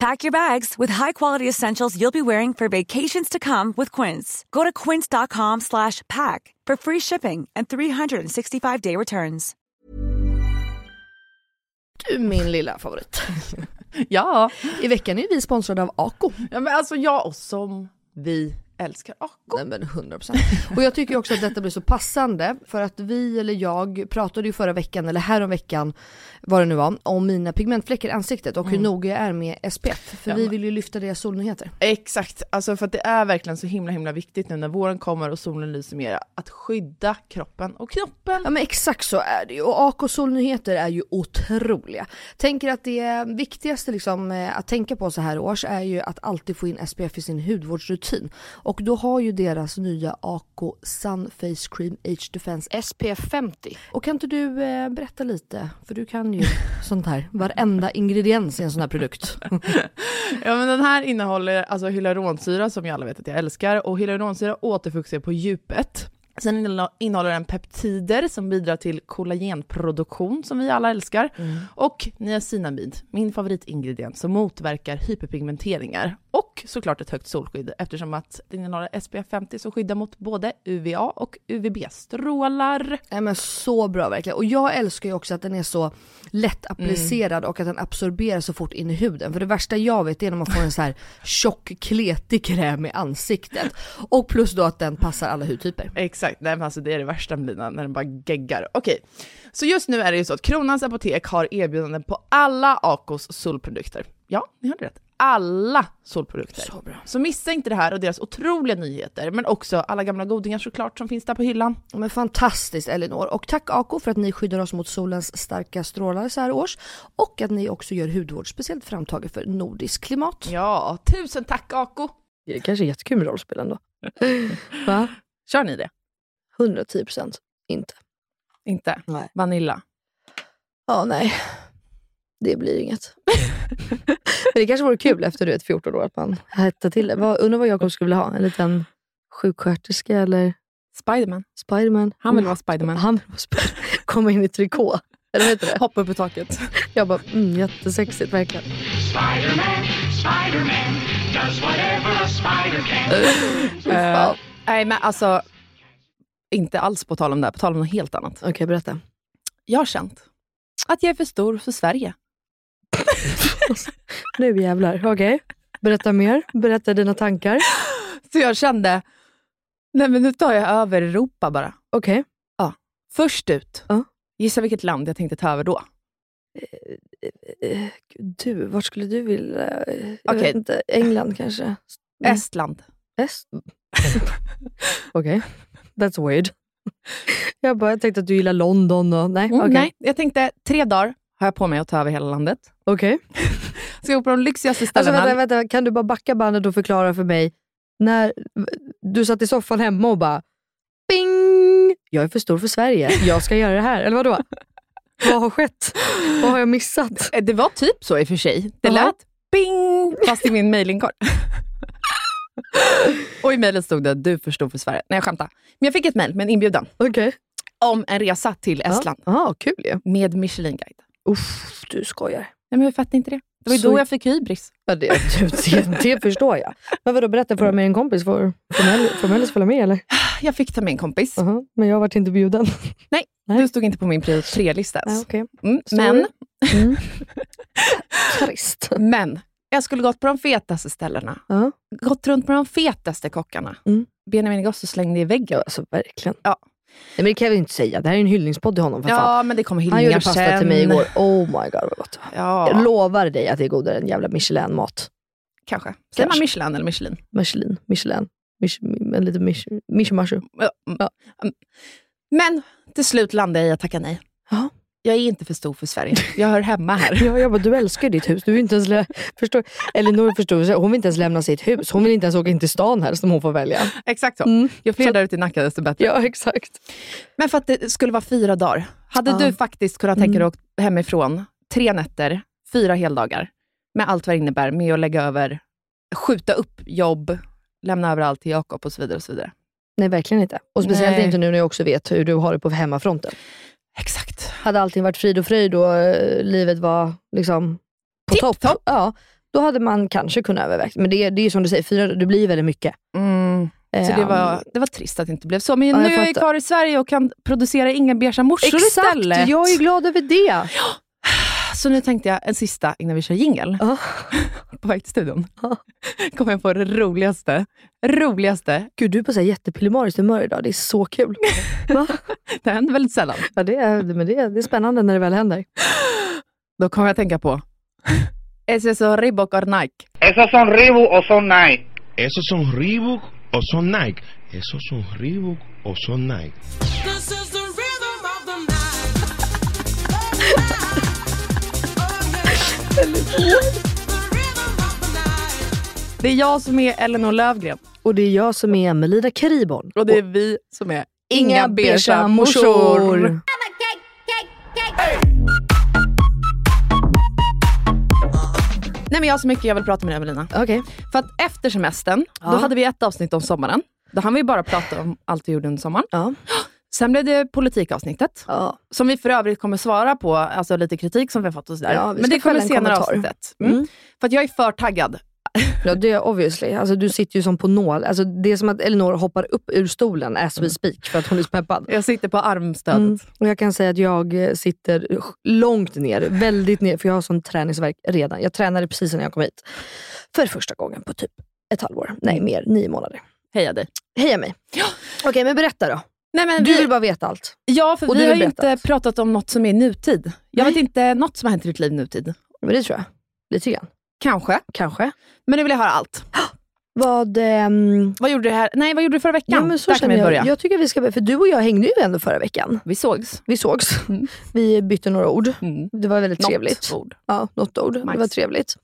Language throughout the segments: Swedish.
Pack your bags with high-quality essentials you'll be wearing for vacations to come with Quince. Go to quince.com slash pack for free shipping and 365-day returns. Du min lilla favorit. Ja, I veckan är vi sponsrade av Ako. ja men alltså jag och som vi älskar Ako. Nej men 100%. Och jag tycker också att detta blir så passande för att vi eller jag pratade ju förra veckan eller häromveckan vad det nu var om mina pigmentfläckar i ansiktet och hur noga jag är med SPF. För Mm. Ja, vi men- vill ju lyfta deras solnyheter. Exakt, alltså för att det är verkligen så himla himla viktigt nu när våren kommer och solen lyser mera att skydda kroppen och knoppen. Ja men exakt så är det ju och AK Solnyheter är ju otroliga. Tänker att det viktigaste liksom eh, att tänka på så här års är ju att alltid få in SPF i sin hudvårdsrutin. Och då har ju deras nya AK Sun Face Cream Age Defense SPF 50. Och kan inte du eh, berätta lite, för du kan ju sånt här, varenda ingrediens i en sån här produkt. Ja men den här innehåller alltså hyaluronsyra som jag alla vet att jag älskar och hyaluronsyra återfuktar på djupet. Sen innehå- innehåller den peptider som bidrar till kollagenproduktion som vi alla älskar. Och niacinamid, min favoritingrediens som motverkar hyperpigmenteringar. Och såklart ett högt solskydd eftersom att den innehåller SPF 50 som skyddar mot både UVA och UVB-strålar. Nej men så bra verkligen. Och jag älskar ju också att den är så lätt Mm. applicerad och att den absorberas så fort in i huden. För det värsta jag vet är när man får en så här tjock kletig kräm i ansiktet. Och plus då att den passar alla hudtyper. Exakt, nej men alltså det är det värsta med lina, när den bara geggar. Okej, så just nu är det ju så att Kronans Apotek har erbjudanden på alla Acos solprodukter. Ja, ni hörde rätt. Alla solprodukter. Så, bra. så missa inte det här och deras otroliga nyheter, men också alla gamla godingar såklart som finns där på hyllan. Men fantastiskt Elinor. Och tack Ako för att ni skyddar oss mot solens starka strålar så här års. Och att ni också gör hudvård speciellt framtaget för nordisk klimat. Ja, tusen tack Ako! Det är kanske är jättekul med rollspel ändå. Va? Kör ni det? 110 procent. Inte. Inte? Nej. Vanilla? Ja nej. Det blir inget. Men det kanske vore kul efter du vet 14 år att man hettar till det. Vad, undrar vad Jakob skulle vilja ha? En liten sjuksköterska eller Spiderman? Spiderman? Mm. Han vill vara Spiderman. Han vill vara Spiderman. Komma in i trikå. Eller vad heter det? Hoppa upp i taket. Jag bara, mm, jättesexigt verkligen. Spider-Man, Spider-Man does whatever a spider can. Eh, nej men alltså, inte alls på tal om det här, på tal om något helt annat. Okej, berätta. Jag har känt att jag är för stor för Sverige. Nu jävlar. Okej. Berätta mer. Berätta dina tankar. Så jag kände, nej men nu tar jag över Europa bara. Okej. Först ut, Ja. gissa vilket land jag tänkte ta över då? Eh, gud, Du, vart skulle du vilja? eh, Jag Okej. vet inte. England kanske? Mm. Estland. Est? Okej. That's weird. Jag bara, jag tänkte att du gillar London och... Nej, Mm, okej. Nej, jag tänkte tre dagar har jag på mig att ta över hela landet. Okej. Ska jag gå på de lyxigaste Alltså ställena. vänta, vänta, kan du bara backa bandet och förklara för mig när du satt i soffan hemma och bara Bing! Jag är för stor för Sverige. Jag ska göra det här. Eller vadå? Vad har skett? Vad har jag missat? Eh, Det var typ så i och för sig. Det Jaha. lät bing, fast i min mejlinkorg. och i mejlet stod det, du förstod för Sverige. Nej, jag skämtar. Men jag fick ett mejl med en inbjudan. Okej. om en resa till Estland Ja, ah, kul ju. med Michelinguide. Uff, du skojar. Nej, men jag fattar inte det. Det var ju Så- då jag fick hybris. Ja, det, det, det förstår jag. Men vadå, berätta, får du ha med en kompis? Får, får, Mel, får Mellis följa med eller? Jag fick ta med en kompis. Aha, men jag varit inte bjuden. Nej. Du stod inte på min prio 3-lista Nej, ens. okej. Mm, Sorry. men, Mm. Trist. men, jag skulle gått på de fetaste ställena. Ja. Gått runt med de fetaste kockarna. Mm. Benjamin Ingrosso slängde i väggen. Ja, alltså verkligen. Ja. Nej, men det kan vi inte säga. Det här är en hyllningspodd till honom för fan. Ja, men det kommer hyllningar Han gjorde pasta sen. till mig igår. Oh my god vad gott. Jag Ja, lovar dig att det är godare än jävla Michelin-mat. kanske. Säger man Kanske. Michelin eller Michelin? Michelin, Michelin. Mich, en liten mich, mishmashu. Ja, mm, mm. Men till slut landade jag i att tacka nej. Ja. Jag är inte för stor för Sverige. Jag hör hemma här. Ja, jag bara, du älskar ju ditt hus. Du vill inte ens lä- förstår. Elinor förstod, hon vill inte ens lämna sitt hus. Hon vill inte ens åka in till stan här som hon får välja. Exakt så. Mm. Ju fler där ute i Nacka, desto bättre. Ja, exakt. Men för att det skulle vara fyra dagar. Hade Ja. du faktiskt kunnat tänka dig Mm. att åka hemifrån tre nätter, fyra heldagar, med allt vad det innebär, med att lägga över, skjuta upp jobb, lämna över allt till Jakob och så vidare. Och så vidare. Nej, verkligen inte. Och speciellt Nej. inte nu när jag också vet hur du har det på hemmafronten. Exakt. Hade allting varit frid och fröjd och eh, livet var liksom på topp, Tipptopp. Ja, då hade man kanske kunnat överväga. Men det, det är ju som du säger, fyra, det blir ju väldigt mycket. Mm. Så det Ehm, var, det var trist att det inte blev så. Men Ja, nu jag är jag ju fattar. kvar i Sverige och kan producera inga beiga morsor Exakt, istället. jag är glad över det. Så nu tänkte jag en sista innan vi kör jingel Ja. på väg till studion. Ja. Kommer jag på det roligaste, roligaste. Gud, du är på så här jättepillimariskt humör idag. Det är så kul. Va? Det händer väldigt sällan. Ja, det, är, men det, är- det är spännande när det väl händer. Då kommer jag att tänka på SS och Reebok or Nike. ¿Esos son Reebok o son Nike? ¿Esos son Reebok o son Nike? ¿Esos son Reebok o son Nike? Det är jag som är Elinor Lövgren Och det är jag som är Emelina Kriborn. och det är vi som är Inga beiga morsor. Nej men jag har så mycket jag vill prata med dig Evelina. Okej. För att efter semestern, då Ja. hade vi ett avsnitt om sommaren. Då hann vi bara prata om allt vi gjorde under sommaren. Ja. Sen blev det politikavsnittet. Ja. Som vi för övrigt kommer svara på, alltså lite kritik som vi har fått och sådär. Ja, vi Men ska det kommer fälla en senare kommentar. avsnittet. Mm. Mm. För att jag är för taggad. ja, det är obviously. Alltså, du sitter ju som på nål. Alltså, det är som att Elinor hoppar upp ur stolen as Mm. we speak för att hon är så peppad. Jag sitter på armstödet. Mm. Och jag kan säga att jag eh, sitter långt ner, väldigt ner, för jag har sån träningsvärk redan. Jag tränade precis när jag kom hit. För första gången på typ ett halvår. Nej, Mm. mer. Nio månader. Heja dig. Heja mig. Okej, men berätta då. Nej, men Du vi, vill bara veta allt. ja, för och vi du har vill ju berätta. inte pratat om något som är nutid. Jag vet inte något som har hänt i ditt liv nutid. Men det tror jag. Lite grann. Kanske. Kanske. Men nu vill jag höra allt. Vad... Mm, ehm, Vad gjorde du här? Nej, vad gjorde du förra veckan? ja, men så Där kan känner vi börja. jag. Jag tycker vi ska... För du och jag hängde ju ändå förra veckan. Vi sågs. Vi sågs. Mm. Vi bytte några ord. Mm. Det var väldigt trevligt. Något ord. Ja, något ord. Max. Det var trevligt.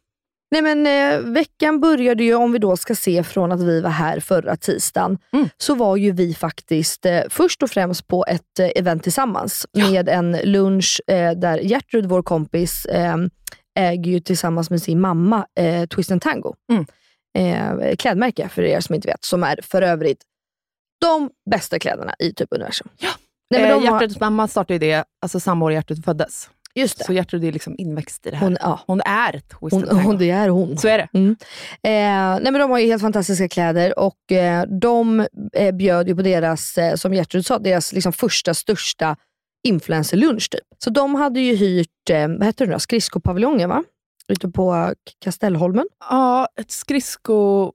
Nej men eh, veckan började ju, om vi då ska se från att vi var här förra tisdagen, Mm. så var ju vi faktiskt eh, först och främst på ett eh, event tillsammans med en lunch eh, där Gertrud, vår kompis, eh, äger ju tillsammans med sin mamma eh, Twist and Tango. Mm. Eh, klädmärke för er som inte vet, som är för övrigt de bästa kläderna i typ universum. Ja. Nej, men eh, de har, Gertruds mamma startade ju det alltså, samma år Gertrud föddes. just det. Så Gertrud är liksom inväxt i det här. Hon, ja, Hon är Twist hon, and Tango. hon, det är hon. Så är det. Eh, nej men de har ju helt fantastiska kläder och eh, de eh, bjöd ju på deras, eh, som Gertrud sa, deras liksom första största influencerlunch typ. Så de hade ju hyrt, eh, vad heter det då, skridskopaviljongen va? Ute på eh, K- Kastellholmen. Ja, ett skridsko...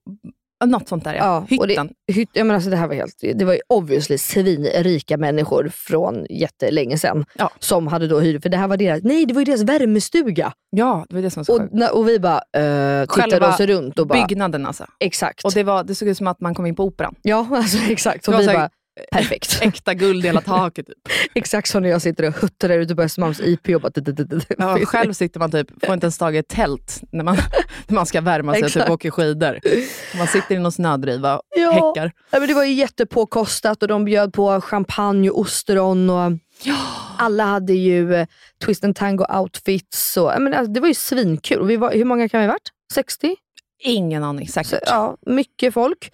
ja, Något sånt där ja. Ja, och det- Hytten. Hytt, ja, men alltså det, här var helt, det var ju obviously svinrika människor från jättelänge sedan Ja. som hade då hyrt, för det här var deras, nej det var ju deras värmestuga. Ja, det var det som var så Och, sjukt. när- och vi bara eh, tittade Själva oss runt och bara, Byggnaden alltså. exakt. Och det, var, det såg ut som att man kom in på operan. ja, alltså exakt. Det Och var vi så här- bara, perfekt. Äkta guld i hela taket. Typ. Exakt som när jag sitter och huttar där ute på Östermalms IP och bara... tut, tut, tut, tut. Ja, själv sitter man typ, får inte ens tag i ett tält när man, när man ska värma sig och typ Exakt. åker skidor. Man sitter i någon snödriva och Ja. häckar. Nej, men det var ju jättepåkostat och de bjöd på champagne och ostron. Och Alla hade ju eh, twist and tango outfits. Och, ja, men alltså, det var ju svinkul. Och Vi var, hur många kan vi ha varit? 60? Ingen aning säkert. Så, ja, mycket folk.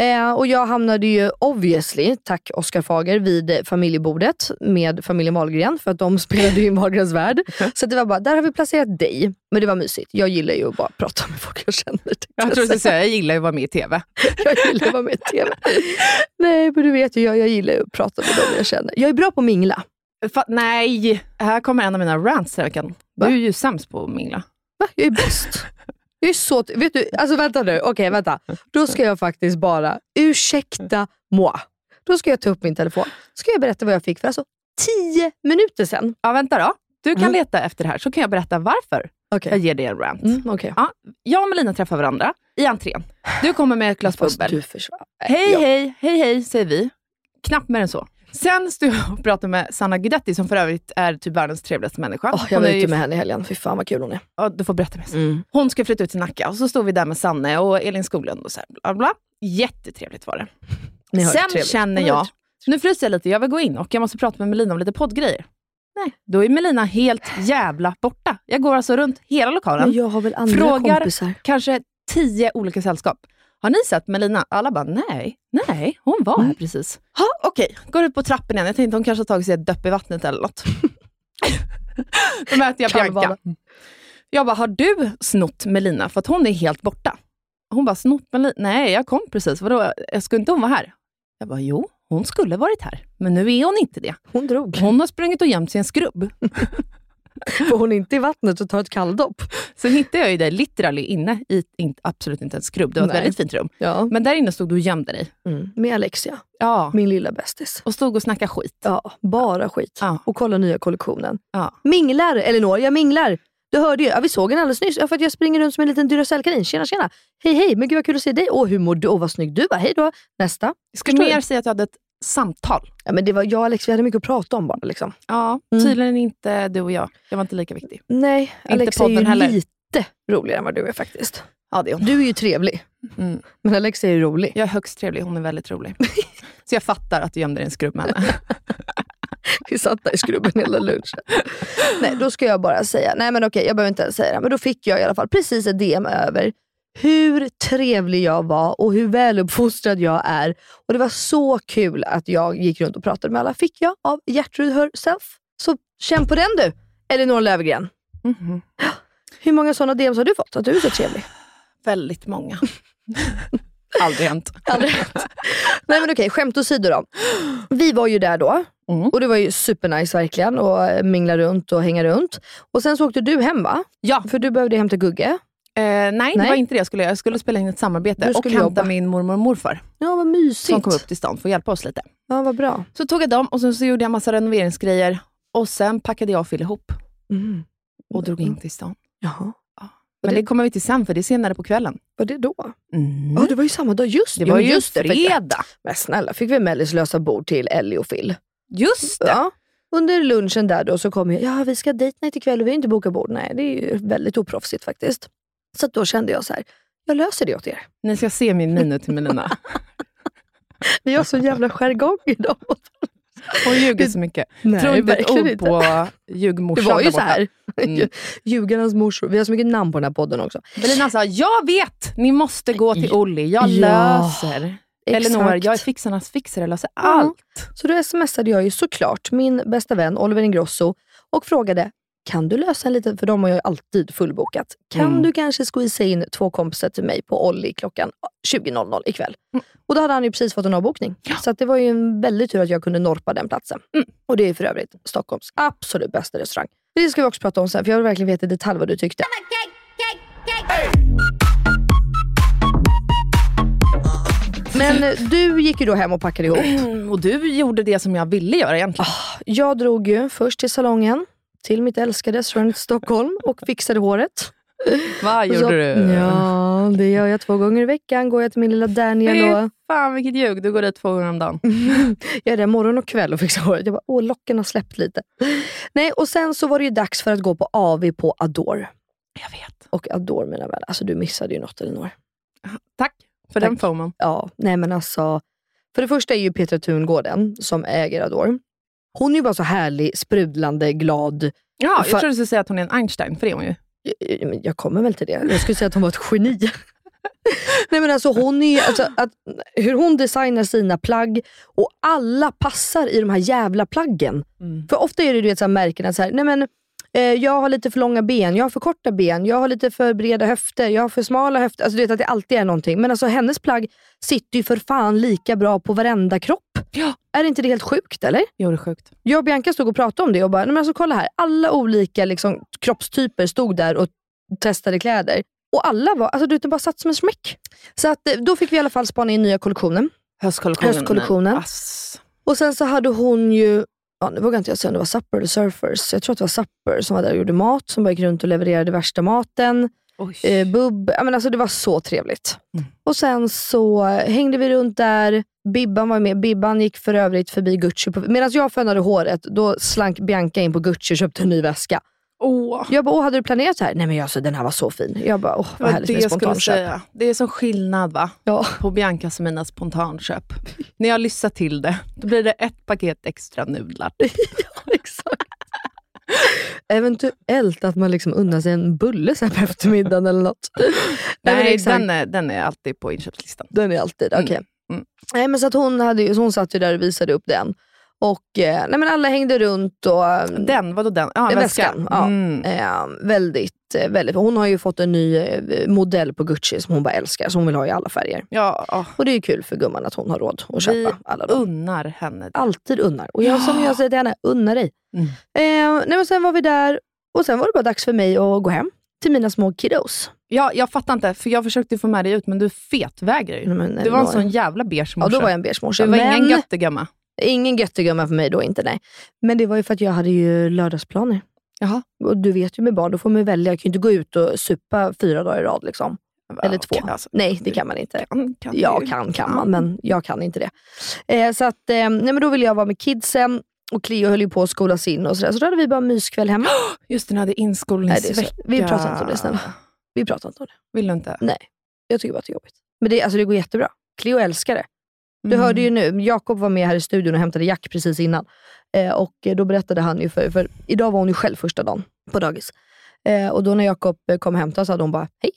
Eh, och jag hamnade ju obviously, tack Oskar Fager, vid eh, familjebordet med familjen Wahlgren för att de spelade ju i Wahlgrens värld. Så det var bara, där har vi placerat dig. Men det var mysigt. Jag gillar ju att bara prata med folk jag känner. tänkte jag tror säga. att säga, jag gillar ju att vara med i TV. Jag gillar att vara med i TV. Nej, men du vet ju, jag, jag gillar ju att prata med dem jag känner. Jag är bra på att mingla. Fa- nej, här kommer en av mina rants den här veckan. Du Va? är ju sämst på att mingla. Va? Jag är bäst. Jag är så... t- Vet du, alltså vänta nu. Okej, vänta. Då ska jag faktiskt bara, ursäkta moi. Då ska jag ta upp min telefon. Ska jag berätta vad jag fick för alltså tio minuter sedan. Ja, vänta då. Du kan Mm. leta efter det här, så kan jag berätta varför jag Okej. ger dig en rant. Mm, okej. Jag och Melina träffar varandra i entrén. Du kommer med ett glas Fast bubbel. du försvann. Hej, Ja. hej, hej, hej, säger vi. Knappt mer än så. Sen står jag och pratar med Sanna Guidetti, som för övrigt är typ världens trevligaste människa. Åh, jag Hon var är ju- Mm. ute med henne i helgen. Fy fan vad kul hon är. Ja, du får berätta mer sen. Mm. Hon ska flytta ut till Nacka och så står vi där med Sanne och Elin Skoglund och så här, bla bla. Jättetrevligt var det. Ni har Sen det trevligt. känner jag, nu fryser jag lite, jag vill gå in och jag måste prata med Melina om lite poddgrejer. Nej, då är Melina helt jävla borta. Jag går alltså runt hela lokalen, Men jag har väl andra Frågar- kompisar. kanske tio olika sällskap. Har ni sett Melina? Alla bara, nej, nej, hon var här precis. Mm. Ha, Okej, går ut på trappen igen. Jag tänkte hon kanske har tagit sig ett döpp i vattnet eller något. Då möter jag Kan Bianca. vara. Jag bara, har du snott Melina? För att hon är helt borta. Hon bara, snott Melina? Nej, jag kom precis. Vadå, jag skulle inte hon vara här? Jag bara, jo, hon skulle varit här. Men nu är hon inte det. Hon drog. Hon har sprungit och gömt sig i en skrubb. För hon är inte i vattnet och tar ett kalldopp. Sen hittade jag ju dig literally inne i, in, absolut inte en skrubb. Det var ett Nej. väldigt fint rum. Ja. Men där inne stod du och gömde dig. Mm. Med Alexia, Ja. min lilla bästis. Och stod och snackade skit. Ja, bara skit. Ja. Och kolla nya kollektionen. Ja. Minglar, Elinor. Jag minglar. Du hörde ju. Ja, vi såg en alldeles nyss. Ja, för att jag springer runt som en liten Duracellkanin. Tjena, tjena. Hej, hej. Men gud vad kul att se dig. Åh, hur mår du? Åh, vad snygg du var. Hej då. Nästa. Jag skulle Förstår mer du? säga att du hade ett samtal. Ja, men det var jag och Alex, vi hade mycket att prata om bara. Liksom. Ja, Mm. tydligen inte du och jag. Jag var inte lika viktig. Nej, Alex är ju podden heller. lite roligare än vad du är faktiskt. Ja, det är hon. Du är ju trevlig, Mm. men Alex är ju rolig. Jag är högst trevlig, hon är väldigt rolig. Så jag fattar att du gömde dig i en skrubb med henne. Vi satt där i skrubben hela lunchen. Nej, då ska jag bara säga, nej men okej, jag behöver inte ens säga det, men då fick jag i alla fall precis ett DM över hur trevlig jag var och hur väluppfostrad jag är. Och Det var så kul att jag gick runt och pratade med alla. Fick jag av Gertrud herself. Så känn på den du, Elinor Löfgren. Mhm. Hur många sådana DMs har du fått? Att du är så trevlig? Väldigt många. Aldrig hänt. Aldrig hänt. Nej men okej, skämt åsido då. Vi var ju där då. Mm. Och det var ju supernice verkligen och eh, mingla runt och hänga runt. Och sen så åkte du hem va? Ja, För du behövde hämta Gugge. eh, nej, det Nej. var inte det jag skulle göra. Jag skulle spela in ett samarbete Du och skulle hämta jobba. min mormor och morfar Ja, vad som mysigt. kom upp till stan för att hjälpa oss lite. Ja, vad bra. Så tog jag dem och sen så gjorde jag massa renoveringsgrejer och sen packade jag och Phil ihop Mm. och drog in till stan. Jaha. Men det- det Mm. kommer vi till sen, för det är senare på kvällen. Var det då? Ja, det var ju samma dag. Just Det ja, var men ju just det, för- fredag. Men snälla, fick vi Mellis lösa bord till Ellie och Phil? Just det! Ja. Under lunchen där då så kom jag, ja vi ska date night ikväll och vi har inte bokat bord. Nej, det är ju väldigt oproffsigt faktiskt. Så att då kände jag så här, jag löser det åt er. Ni ska se min mina till Melina. Vi har så jävla jargong idag. Hon ljuger så mycket. Nej, Tror inte ett verkligen ord inte. oh, på Det ljugmorsan var där ju så borta. här. Mm. Ljugarnas morsor. Vi har så mycket namn på den här podden också. Melina sa, jag vet! Ni måste gå till Olli. Jag Ja, löser. Elinor, Exakt. jag är fixarnas fixare. Jag löser allt. Så då smsade jag ju såklart min bästa vän Oliver Ingrosso och frågade, kan du lösa en liten, för de har ju alltid fullbokat. Kan Mm. du kanske squeeza in två kompisar till mig på Olli klockan 20.00 ikväll? Och då hade han ju precis fått en avbokning. Så att det var ju en väldigt tur att jag kunde norpa den platsen. Och det är för övrigt Stockholms absolut bästa restaurang. Det ska vi också prata om sen, för jag vill verkligen veta i detalj vad du tyckte. Men eh, du gick ju då hem och packade ihop. Mm, Och du gjorde det som jag ville göra egentligen. Ah, Jag drog ju först till salongen, till mitt älskade Surrent Stockholm och fixade håret. Vad Och gjorde så- du? alltså, Ja, det gör jag två gånger i veckan. Går jag till min lilla Daniel och Fy fan vilket ljug. Du går dit två gånger om dagen. Mm. jag är där morgon och kväll och fixar håret. Jag bara, åh locken har släppt lite. Nej, och sen så var det ju dags för att gå på AV på Adore. Jag vet. Och Adore mina vänner, alltså du missade ju något Elinor. Tack för Tack. den foman. Ja, nej men alltså. För det första är ju Petra Tungården som äger Adore. Hon är ju bara så härlig, sprudlande, glad. Ja, För- jag trodde du skulle säga att hon är en Einstein, för det är hon ju. Eh, men Jag kommer väl till det. Jag skulle säga att hon var ett geni. Nej men alltså hon är ju, alltså, att, hur hon designar sina plagg och alla passar i de här jävla plaggen. För ofta är det du vet, så här, märkena, så här, nej men eh, jag har lite för långa ben, jag har för korta ben, jag har lite för breda höfter, jag har för smala höfter. Alltså du vet att det alltid är någonting. Men alltså hennes plagg sitter ju för fan lika bra på varenda kropp. Är inte det helt sjukt eller? Jo, det är sjukt. Jag och Bianca stod och pratade om det och bara, nej men alltså kolla här. Alla olika liksom, kroppstyper stod där och testade kläder. Och alla var, alltså du vet, det bara satt som en smäck. Så att, eh, då fick vi i alla fall spana in nya kollektionen. Höstkollektionen. Höstkollektionen. Ass. Och sen så hade hon ju, ja, nu vågar inte jag säga om det var Supper eller Surfers. Jag tror att det var Supper som var där och gjorde mat, som bara gick runt och levererade värsta maten. Eh, bubb, ja, men alltså det var så trevligt. Mm. Och sen så hängde vi runt där, Bibban var med. Bibban gick för övrigt förbi Gucci. på- Medan jag fönade håret, då slank Bianca in på Gucci och köpte en ny väska. Åh, Jag bara, åh hade du planerat så här? Nej men alltså, den här var så fin. Jag bara, åh det vad var härligt det med jag skulle spontanköp. säga. Det är som skillnad va? Ja. på Biancas och mina spontanköp. När jag lyssnar till det, då blir det ett paket extra nudlar. Exakt. Eventuellt att man liksom unnar sig en bulle sen på eftermiddagen eller något. Nej, men Nej, exakt. den är, den är alltid på inköpslistan. den är alltid, okej. mm. Nej, men så att hon, hade, ju- så hon satt ju där och visade upp den. Och eh, nej, men alla hängde runt och ehm, Den, vadå den? Ja, eh, en väska. väskan. Ja, Mm. eh, väldigt, eh, väldigt. Hon har ju fått en ny eh, modell på Gucci som hon bara älskar, som hon vill ha i alla färger. Ja, ja. Och det är ju kul för gumman att hon har råd att köpa Vi alla dem. unnar henne. Alltid unnar. Och jag, som jag säger till henne, unna dig. Mm. Eh, nej, men sen var vi där och sen var det bara dags för mig att gå hem till mina små kiddos. Ja, jag fattar inte, för jag försökte få med dig ut, men du fetvägrar ju. Mm, Nej, men, Du var en nej. sån jävla beige Ja, morsa. då var jag en beige morsa. Du var men ingen göttegumma. ingen göttegumma för mig då, inte nej. Men det var ju för att jag hade ju lördagsplaner. Jaha. Och du vet ju med barn, då får man ju välja. Jag kan ju inte gå ut och supa fyra dagar i rad. Liksom. Eller två. Okej, alltså, Nej, det kan man inte. kan, kan Jag du. kan kan man, men jag kan inte det. Eh, så att, eh, nej, men då ville jag vara med kidsen och Cleo höll ju på att skolas in och sådär. Så då hade vi bara myskväll hemma. Just det, ni hade Nej, det är så- inskolningsvecka. vi pratar inte om det, snälla. Vi pratar inte om det. Vill du inte? Jag tycker bara att det är jobbigt. Men det, alltså, det går jättebra. Cleo älskar det. Du hörde Mm. ju nu, Jakob var med här i studion och hämtade Jack precis innan. Eh, och då berättade han ju, för, för idag var hon ju själv första dagen på dagis. Eh, och då när Jakob eh, kom och hämtade så hade hon bara, hej.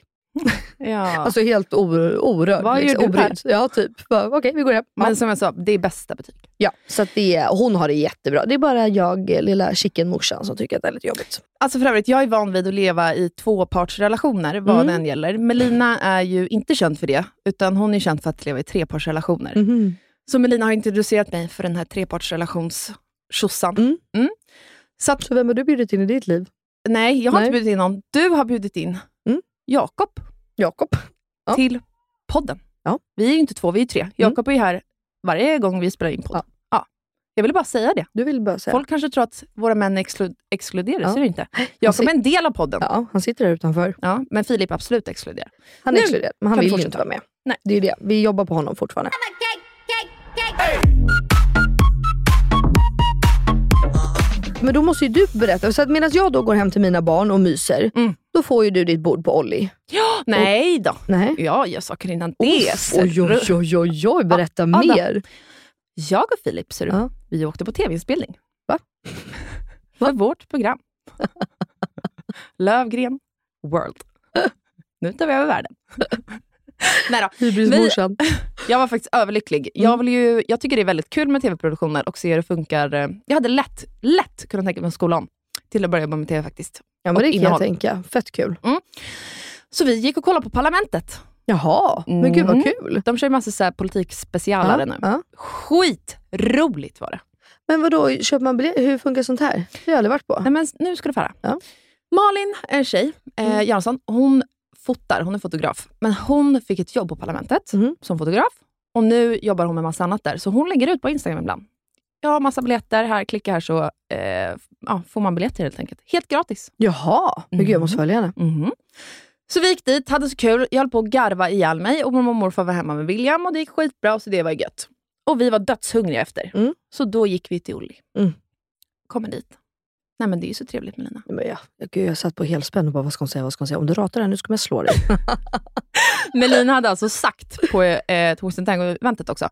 Ja. Alltså helt or, orörd. Vad gör du obrydd. här? Ja, typ. Bara, Okej, vi går hem. Ja. men som jag sa, det är bästa betyg. ja, så att det, är- hon har det jättebra. Det är bara jag, eh, lilla chickenmorsan, som tycker att det är lite jobbigt. Alltså för övrigt, jag är van vid att leva i tvåpartsrelationer, vad Mm. den gäller. Melina är ju inte känd för det, utan hon är känd för att leva i trepartsrelationer. Så Melina har introducerat mig för den här trepartsrelations-tjosan. Mm. Så att, Så vem har du bjudit in i ditt liv? nej, jag har Nej. inte bjudit in någon. Du har bjudit in Mm. Jakob Jakob. Ja. till podden. Ja. Vi är ju inte två, vi är ju tre. Jakob är ju här varje gång vi spelar in podd. Mm. Ja. Jag ville bara säga det. Du vill bara säga. Folk kanske tror att våra män är exklu- exkluderade, Ja. så är det inte. Jag Jakob är en del av podden. Ja, han sitter där utanför. Ja, men Filip absolut exkluderar. Han Nu är exkluderad, men han kan vi vill ju fortsätta. inte vara med. Nej. Det är ju det. Vi jobbar på honom fortfarande. Men då måste ju du berätta. Så att medan jag då går hem till mina barn och myser, Mm. då får ju du ditt bord på Olli. Nej då. Nej. Ja, jag saker innan det. ser Oj, du. oj, oj, oj, oj. Berätta Adam. mer. Jag och Filip, ser du, Ja. vi åkte på tv-inspelning. Va? För vårt program. Lövgren World. Nu tar vi över världen. Nej då. Hybrismorsan. Jag var faktiskt överlycklig. Jag, Mm. vill ju, jag tycker det är väldigt kul med tv-produktioner och se hur det funkar. eh, Jag hade lätt, lätt kunnat tänka mig skolan till att börja jobba med tv faktiskt. Ja, men det kan innehåll. jag tänka. Fett kul. Så vi gick och kollade på Parlamentet. Jaha, men gud vad kul. De kör ju massa så här politikspecialare Ja, nu. ja. Skitroligt var det. Men vadå, köper man biljetter? Hur funkar sånt här? Det har jag aldrig varit på. Nej, men nu ska du få höra. Ja. Mm. Malin, en tjej, eh, Jansson, hon fotar, hon är fotograf. Men hon fick ett jobb på Parlamentet Mhm. som fotograf och nu jobbar hon med massa annat där. Så hon lägger ut på Instagram ibland. Jag har massa biljetter, här, klicka här så eh, f- ja, får man biljetter helt enkelt. Helt gratis. Jaha, men gud jag måste följa henne. Mhm. Så vi gick dit, hade så kul. Jag höll på att garva ihjäl mig och mormor och morfar var hemma med William och det gick skitbra, så det var gött. Och vi var dödshungriga efter. Mm. Så då gick vi till Olli. Mm. Kommer dit. Nej men det är ju så trevligt Melina. Men jag, gud, jag satt på helspänn och bara, vad ska hon säga, vad ska hon säga? Om du ratar det här nu ska jag slå dig. Melina hade alltså sagt på eh, Tungsten Tango-eventet också.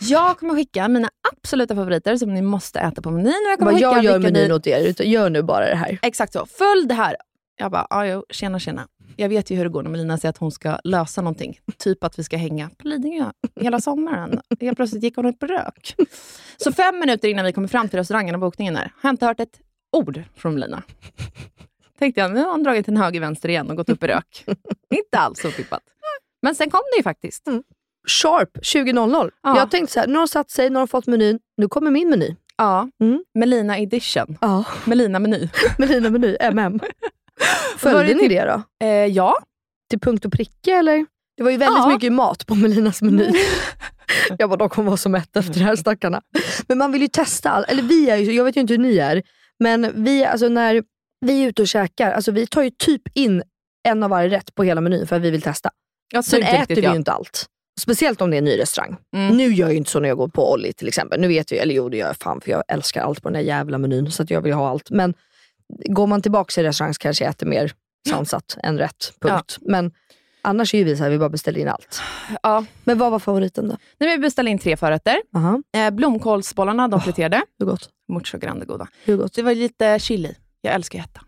Jag kommer skicka mina absoluta favoriter som ni måste äta på menyn. Och jag kommer Vad jag skicka gör vilka menyn ni... åt er, utan gör nu bara det här. Exakt så. Följ det här. Jag bara, "Ja, jo, tjena tjena. Jag vet ju hur det går när Melina säger att hon ska lösa någonting. Typ att vi ska hänga på Lidingö hela sommaren. Helt plötsligt gick hon ut på rök. Så fem minuter innan vi kommer fram till restaurangen och bokningen är, har jag inte hört ett ord från Melina. Tänkte jag, nu har hon dragit en höger vänster igen och gått upp i rök. inte alls otippat. Men sen kom det ju faktiskt. Sharp 20.00. Ja. Jag tänkte så här, nu har de satt sig, nu har de fått menyn, nu kommer min meny. Ja, Mm. Melina edition. Ja, Melina-meny. med dina meny, MM. Var det Följde ni typ- det då? Eh, ja, Till punkt och pricka eller? Det var ju väldigt Ja. mycket mat på Melinas meny. jag bara, de kommer vara så mätta efter det här stackarna. Men man vill ju testa allt. Eller vi är ju, jag vet ju inte hur ni är, men vi, alltså när vi är ute och käkar, alltså vi tar ju typ in en av varje rätt på hela menyn för att vi vill testa. jag Sen tyckte äter riktigt, vi ja. ju inte allt. Speciellt om det är en ny restaurang. Mm. Nu gör jag ju inte så när jag går på Olli till exempel. Nu vet jag, eller jo det gör jag fan för jag älskar allt på den där jävla menyn så att jag vill ha allt. Men går man tillbaka till restaurang så kanske jag äter mer sansat än rätt. Punkt. Men annars är ju vi så här, vi bara beställer in allt. Ja. Men vad var favoriten då? Nej, vi beställde in tre förrätter. Aha, Eh, blomkålsbollarna, de friterade. hur gott? Mucho grande goda. Hur gott? Det var lite chili. Jag älskar ju hetta.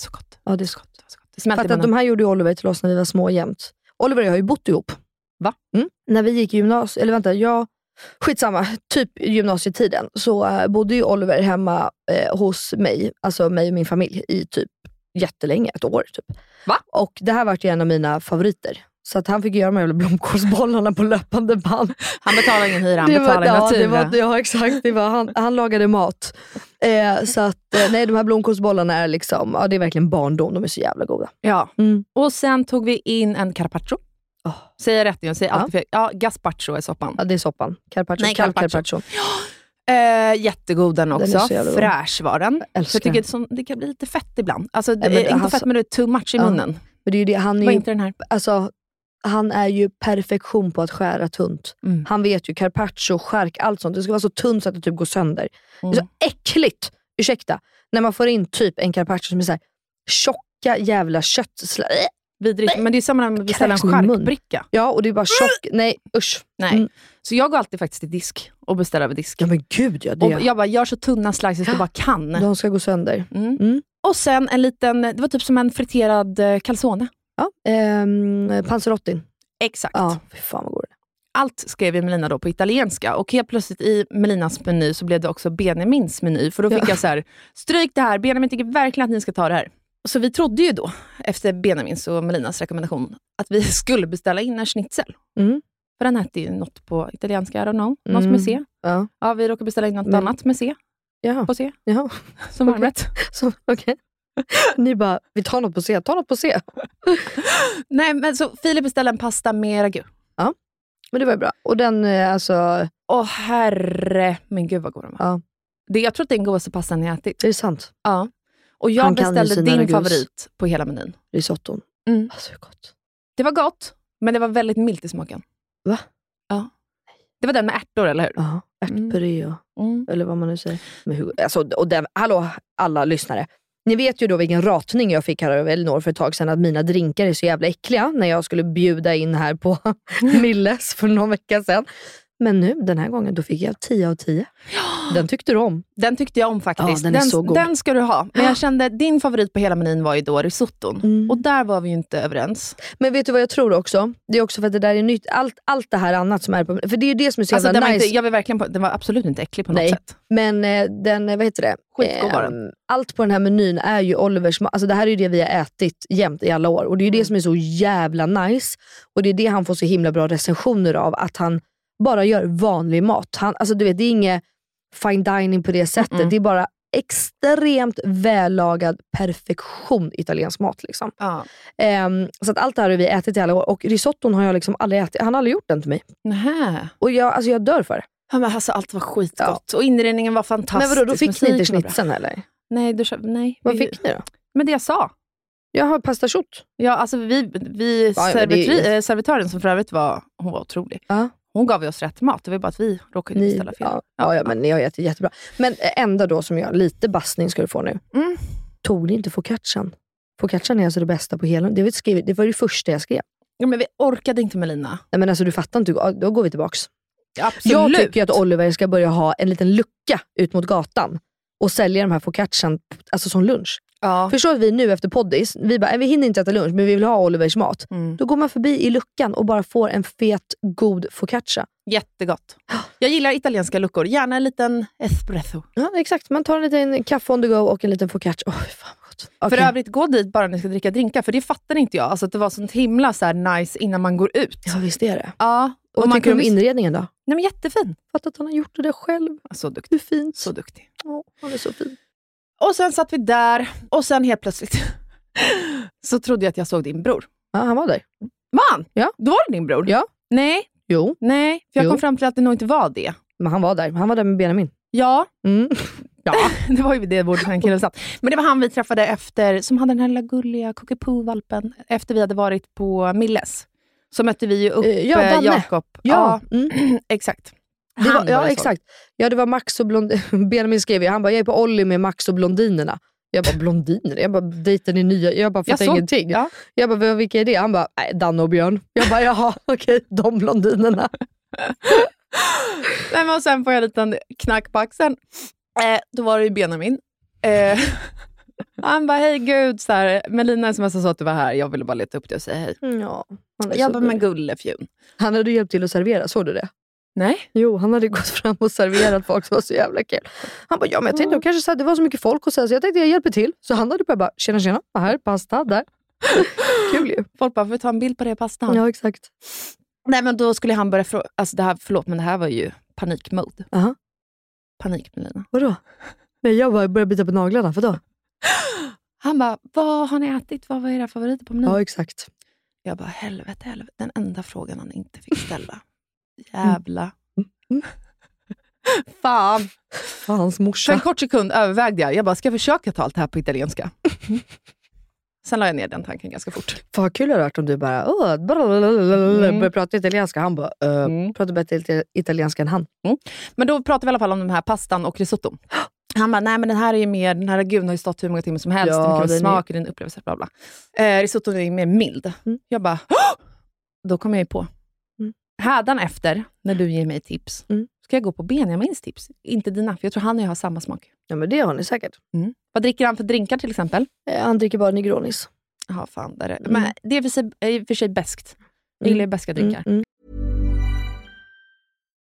Så gott. Ja, det är så gott. Det, var så gott. det smälte i Fattar att de munnen. här gjorde ju Oliver till oss när vi var små jämt. Oliver och jag har ju bott ihop. Va? Mm. När vi gick i gymnasiet, eller vänta, jag, skitsamma, typ gymnasietiden, så eh, bodde ju Oliver hemma eh, hos mig, alltså mig och min familj, i typ jättelänge, ett år typ. Va? Och det här vart ju en av mina favoriter. Så att han fick göra de här jävla blomkålsbollarna på löpande band. Han betalar ingen hyra, han Det var, betalar i ja, det natura. var, ja, exakt. Det var, han, han lagade mat. Eh, så att, eh, nej, de här blomkålsbollarna är liksom, ja, det är verkligen barndom. De är så jävla goda. Ja. Mm. Och sen tog vi in en carpaccio. Åh. Säger jag rätt nu? Jag säger Ja. alltid fel. Ja, gazpacho är soppan. Ja, det är soppan. Carpaccio. Nej, kall carpaccio. carpaccio. Eh, jättegod den Den är också. så jävla god. Fräsch var den. Så älskar jag tycker det, som, det kan bli lite fett ibland. Alltså, det, Nej, men är inte han fett, sa- men det är too much i Ja. munnen. Men det är ju det, han Det är var ju, inte den här. alltså, han är ju perfektion på att skära tunt. Mm. Han vet ju carpaccio, skärk, allt sånt. Det ska vara så tunt så att det typ går sönder. Det är Mm. så äckligt, ursäkta, när man får in typ en carpaccio som är så här tjocka jävla kött. Vidrigt. Men det är samma när man beställer en Kräks i mun. charkbricka. Ja, och det är bara tjock. Nej, usch. Nej. Mm. Så jag går alltid faktiskt till disk och beställer över disk. Ja men gud ja, Och det. jag bara, gör så tunna slices du bara kan. De ska gå sönder. Mm. Mm. Och sen en liten, det var typ som en friterad eh, calzone. Ja. Ehm, Panzerottin. Exakt. Ja, fy fan vad god den är. Allt skrev ju Melina då på italienska och helt plötsligt i Melinas meny så blev det också Benjamins meny. För då fick Ja. jag så här, stryk det här, Benjamin tycker verkligen att ni ska ta det här. Så vi trodde ju då, efter Benjamins och Melinas rekommendation, att vi skulle beställa in en schnitzel. Mm. För den hette ju något på italienska, I don't know, något Mm. med C. Ja. Ja, vi råkade beställa in något Men- annat med C, Jaha. på C, Jaha. som Okej. varmrätt. Så, okej. Ni bara, vi tar något på C, ta något på C. Nej, men så Filip beställde en pasta med ragu. Men det var ju bra. Och den, eh, alltså, är Åh herre, men gud vad god den var. Ja. Det, jag tror att det är den godaste pastan jag ätit. det sant? Ja. Och jag Han kan ju beställde sina din ragus. favorit på hela menyn. Risotton. Mm. Alltså hur gott? Det var gott, men det var väldigt milt i smaken. Va? Ja. Det var den med ärtor, eller hur? Ja, ärtpuré och, Mm. eller vad man nu säger. Men hur, alltså, och den, hallå alla lyssnare. Ni vet ju då vilken ratning jag fick här av Elinor för ett tag sedan, att mina drinkar är så jävla äckliga när jag skulle bjuda in här på Mm. Milles för någon vecka sedan. Men nu, den här gången, då fick jag 10 av 10. Den tyckte du om. Den tyckte jag om faktiskt. Ja, den är så god. Ah. den ska du ha. Men jag kände, din favorit på hela menyn var ju då risotton. Mm. Och där var vi ju inte överens. Men vet du vad jag tror också? Det är också för att det där är nytt. Allt, allt det här annat som är på... För det är ju det som är så Alltså, jävla den, var nice. inte, jag vill verkligen på, den var absolut inte äcklig på något Nej. sätt. Men eh, den, eh, vad heter det? Skitgod var den. Ehm, Allt på den här menyn är ju Olivers ma- Alltså det här är ju det vi har ätit jämt i alla år. Och det är Mm. ju det som är så jävla nice. Och det är det han får så himla bra recensioner av. Att han bara gör vanlig mat. Han, alltså du vet, det är inget fine dining på det sättet. Mm-mm. Det är bara extremt vällagad perfektion italiensk mat. Liksom. Ja. Ehm, så att allt det här har vi ätit i alla år. Och risotton har jag liksom aldrig ätit. Han har aldrig gjort den till mig. Nähä. Och jag, alltså jag dör för det. Ja, men alltså, allt var skitgott och inredningen var Men fantastisk. vadå, då fick ni Musiken inte var bra. schnitzeln heller? Nej, du, köp- nej. Vad vi- fick ni då? Men det jag sa. Jag har pasta shot. Ja, alltså vi, vi Ja, men det är ju- servitri, eh, servitören som för övrigt var, hon var otrolig. Ja. Hon gav ju oss rätt mat, det var bara att vi råkade Ni, beställa fel. ja, ja, ja, men ni har ätit jättebra. Men ändå då som jag, lite bassning ska du få nu. Mm. Tog ni inte focaccian? Focaccian är alltså det bästa på hela... Det, var skrivet, det var det första jag skrev. Ja, men vi orkade inte Melina. Nej, men alltså du fattar inte, ja, då går vi tillbaks. Absolut. Jag tycker ju att Oliver ska börja ha en liten lucka ut mot gatan och sälja de här focaccian alltså som lunch. Ja. Förstå att vi nu efter poddis, vi bara, "Nej, vi hinner inte äta lunch men vi vill ha Olivers mat. Mm. Då går man förbi i luckan och bara får en fet, god focaccia. Jättegott. Jag gillar italienska luckor. Gärna en liten espresso. Ja, exakt. Man tar en liten kaffe on the go och en liten focaccia. Åh, fy fan vad gott. För Okej. övrigt, gå dit bara när ni ska dricka drinkar, för det fattade inte jag. Alltså att det var sånt himla så här nice innan man går ut. Ja, visst är det. Ja. Och, Vad man tycker du om kunde- inredningen då? Nej, men jättefin. Fattar att han har gjort det där själv. Så duktig. Hur fint. Så duktig. Åh, han är så fin. Och sen satt vi där och sen helt plötsligt så trodde jag att jag såg din bror. Ja, han var där. Man! Ja. Då var det din bror? Ja. Nej, Jo, nej. För jag Jo. kom fram till att det nog inte var det. men han var där. Han var där med Benjamin. Ja, Mm. ja. det var ju vid det bordet han killen satt. Men det var han vi träffade efter, som hade den här lilla gulliga kockapoo-valpen, efter vi hade varit på Milles. Så mötte vi ju upp Eh, ja, eh, Danne. Jakob. Ja, mm. Ja, exakt. Det Han var, ja, det så. exakt. Ja, det var Max och Blondin. Benjamin skrev ju, han bara, jag är på Olli med Max och blondinerna. Jag bara, blondiner? Jag bara, dejten är nya. Jag bara, Jag fattar såg- ingenting. ja. Jag bara, "Vad- vilka är det? Han bara, nej, Danne och Björn. Jag bara, jaha, okej, de blondinerna. Nej, men och sen får jag en liten knack på axeln. Eh, då var det ju Benjamin. Eh, han bara, hej gud. Så här, men Lina smsade så att du var här. Jag ville bara leta upp dig och säga hej. Ja, han, är så Jag bara, Mm, men gullig. gullefjun. han hade hjälpt till att servera, såg du det? Nej. Jo, han hade gått fram och serverat folk som var så jävla kul. Han bara, ja men jag tänkte, de kanske så här, det var så mycket folk och så, här, så jag tänkte jag hjälper till. Så han hade bara, bara tjena tjena, här, pasta, där. Kul ju. Folk bara, får vi ta en bild på det i pastan? Ja, exakt. Nej, men då skulle han börja fråga. Alltså, det här, förlåt, men det här var ju panikmode. Aha. Panik med Lina. Vadå? Nej, jag bara började bita på naglarna, för då? Han bara, vad har ni ätit? Vad var era favoriter på menyn? Ja, exakt. Jag bara, helvete, helvete. Den enda frågan han inte fick ställa. Jävla... Mm. Fan. Fan, hans För en morsa. kort sekund övervägde jag. Jag bara, ska jag försöka ta allt det här på italienska? Mm. Sen la jag ner den tanken ganska fort. Fan vad kul det hade varit om du bara "Åh, blablabla", började prata italienska. Han bara, "Eh, Mm. pratar bättre ite- italienska än han. Men då pratade vi i alla fall om den här pastan och risotton. Han bara, nej men den här är ju mer, den här gud har ju stått hur många timmar som helst, Ja, ja, den den är- smak, är... din upplevelse, bla bla. Eh, risotton är ju mer mild. Mm. Jag bara, "Hå!" då kom jag ju på. Mm. Hädanefter, när du ger mig tips, Mm. ska jag gå på Benjamins tips, inte dina, för jag tror han och jag har samma smak. Ja, men det har ni säkert. Vad dricker han för drinkar till exempel? Eh, Han dricker bara Negronis. Ja, fan. Där är... Mm. Men det är för sig- är i och för sig bäst. Jag Mm. gillar ju bäska drinkar. Mm, mm.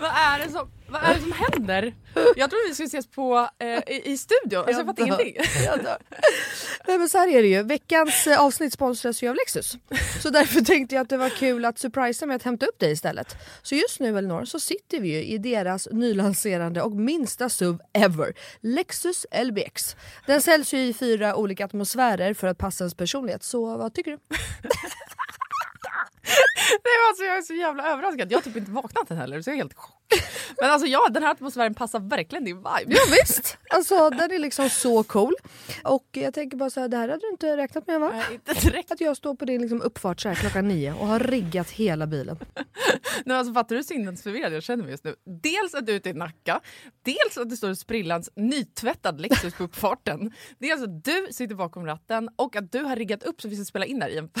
vad, är det som, vad är det som händer? Jag trodde vi skulle ses på, eh, i, i studion. Alltså, jag fattar Jag dör. ingenting. Jag dör. Nej men så här är det ju, veckans eh, avsnitt sponsras ju av Lexus. Så därför tänkte jag att det var kul att surprisa med att hämta upp dig istället. Så just nu Elinor så sitter vi ju i deras nylanserande och minsta SUV ever, Lexus LBX. Den säljs ju i fyra olika atmosfärer för att passa ens personlighet, så vad tycker du? Nej, men alltså, jag är så jävla överraskad. Jag har typ inte vaknat än heller så jag är helt i chock. Men alltså, ja, den här atmosfären passar verkligen din vibe. Ja, visst, alltså den är liksom så cool. Och jag tänker bara så här, det här hade du inte räknat med va? Nej, inte direkt. Att jag står på din liksom uppfart så här klockan nio och har riggat hela bilen. Nej, alltså, fattar du hur sinnesförvirrad jag känner mig just nu? Dels att du är ute i Nacka, dels att det står en sprillans nytvättad Lexus på uppfarten. Dels att du sitter bakom ratten och att du har riggat upp så vi ska spela in där i en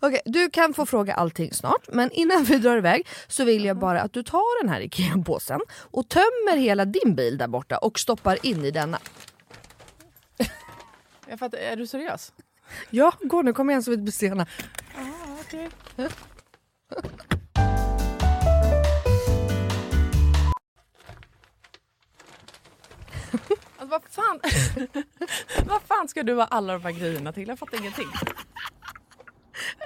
Okej, du kan få fråga allting snart, men innan vi drar iväg så vill jag bara att du tar den här IKEA-påsen och tömmer hela din bil där borta och stoppar in i denna. Jag fattar, är du seriös? Ja, gå nu, kom igen så vi inte blir sena. Ah, okej. Alltså, vad, fan... vad fan ska du ha alla de här grejerna till? Jag fattar ingenting.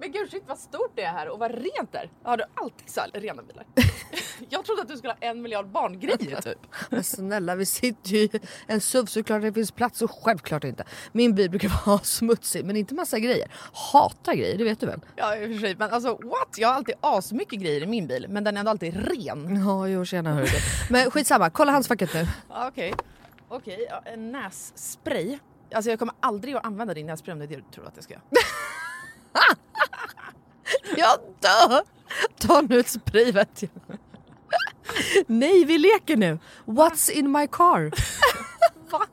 Men gud shit vad stort det är här och vad rent det är. Har du alltid så här rena bilar? jag trodde att du skulle ha en miljard barngrejer typ. Men snälla vi sitter ju i en SUV såklart det finns plats och självklart inte. Min bil brukar vara smutsig men inte massa grejer. Hatar grejer, det vet du väl? Ja i och för sig, men alltså what? Jag har alltid asmycket grejer i min bil men den är ändå alltid ren. Ja jo tjena hörru du. Men skitsamma, kolla handskfacket nu. Ja, Okej, okej. ja, en nässpray. Alltså jag kommer aldrig att använda din nässpray om det är det du tror att jag ska göra. Jag dör! Ta nu ett spray vet jag. Nej vi leker nu. What's in my car? Va?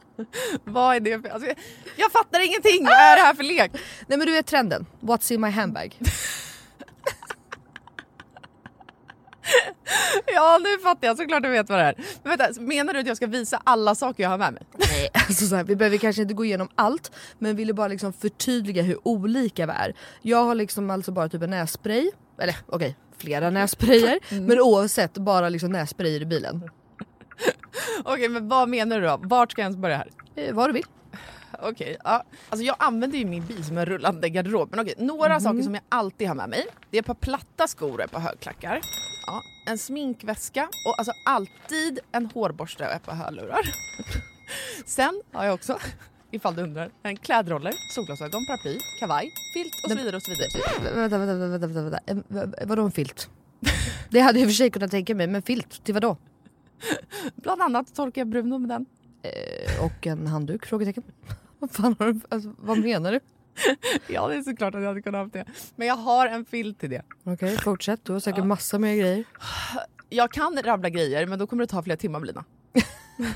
Vad är det för... Alltså, jag, jag fattar ingenting! Vad är det här för lek? Nej men du vet trenden, what's in my handbag? Ja nu fattar jag, såklart du vet vad det är. Men vänta, menar du att jag ska visa alla saker jag har med mig? Nej, alltså så här, vi behöver kanske inte gå igenom allt men ville bara liksom förtydliga hur olika vi är. Jag har liksom alltså bara typ en nässpray, eller okej flera nässprayer men oavsett bara liksom nässprayer i bilen. Okej men vad menar du då? Vart ska jag ens börja här? Eh, vad du vill. Okej, ja. Alltså jag använder ju min bil som en rullande garderob. Men okej, några saker som jag alltid har med mig. Det är ett par platta skor och ett par högklackar. Ja, en sminkväska och alltså alltid en hårborste och ett par hörlurar. Sen har jag också, ifall du undrar, en klädroller, solglasögon, paraply, kavaj, filt och så vidare och så vidare. Vä- Vänta, vänta, vänta, vänta, vänta. Eh, va- vadå en filt? Det hade jag i och för sig kunnat tänka mig men filt till vadå? Bland annat torkar jag Bruno med den. Eh, Och en handduk? Frågetecken. Vad fan har du, alltså, vad menar du? Ja, det är såklart att jag hade kunnat ha haft det. Men jag har en filt till det. Okej, fortsätt. Du har säkert massa mer grejer. Jag kan rabbla grejer, men då kommer det ta flera timmar Lina.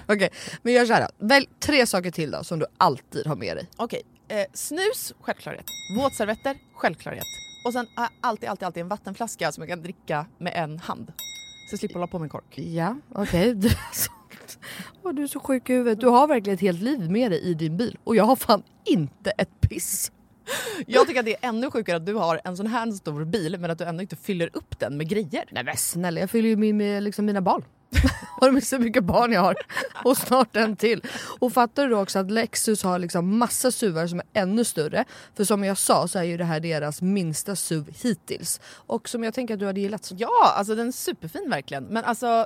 Okej, men gör så här. då. Välj tre saker till då som du alltid har med dig. Okej, eh, snus, självklarhet. Våtservetter, självklarhet. Och sen har jag alltid, alltid, alltid en vattenflaska som jag kan dricka med en hand. Så jag slipper hålla på med en kork. Ja, okej. Du, alltså, åh, du är så sjuk i huvudet. Du har verkligen ett helt liv med dig i din bil och jag har fan inte ett piss. Jag tycker att det är ännu sjukare att du har en sån här stor bil men att du ändå inte fyller upp den med grejer. Nej men snälla, jag fyller ju min med liksom mina barn. har du med så mycket barn jag har? Och snart en till. Och fattar du då också att Lexus har liksom massa suvar som är ännu större. För som jag sa så är ju det här deras minsta suv hittills. Och som jag tänker att du hade gillat. Ja, alltså den är superfin verkligen. Men alltså,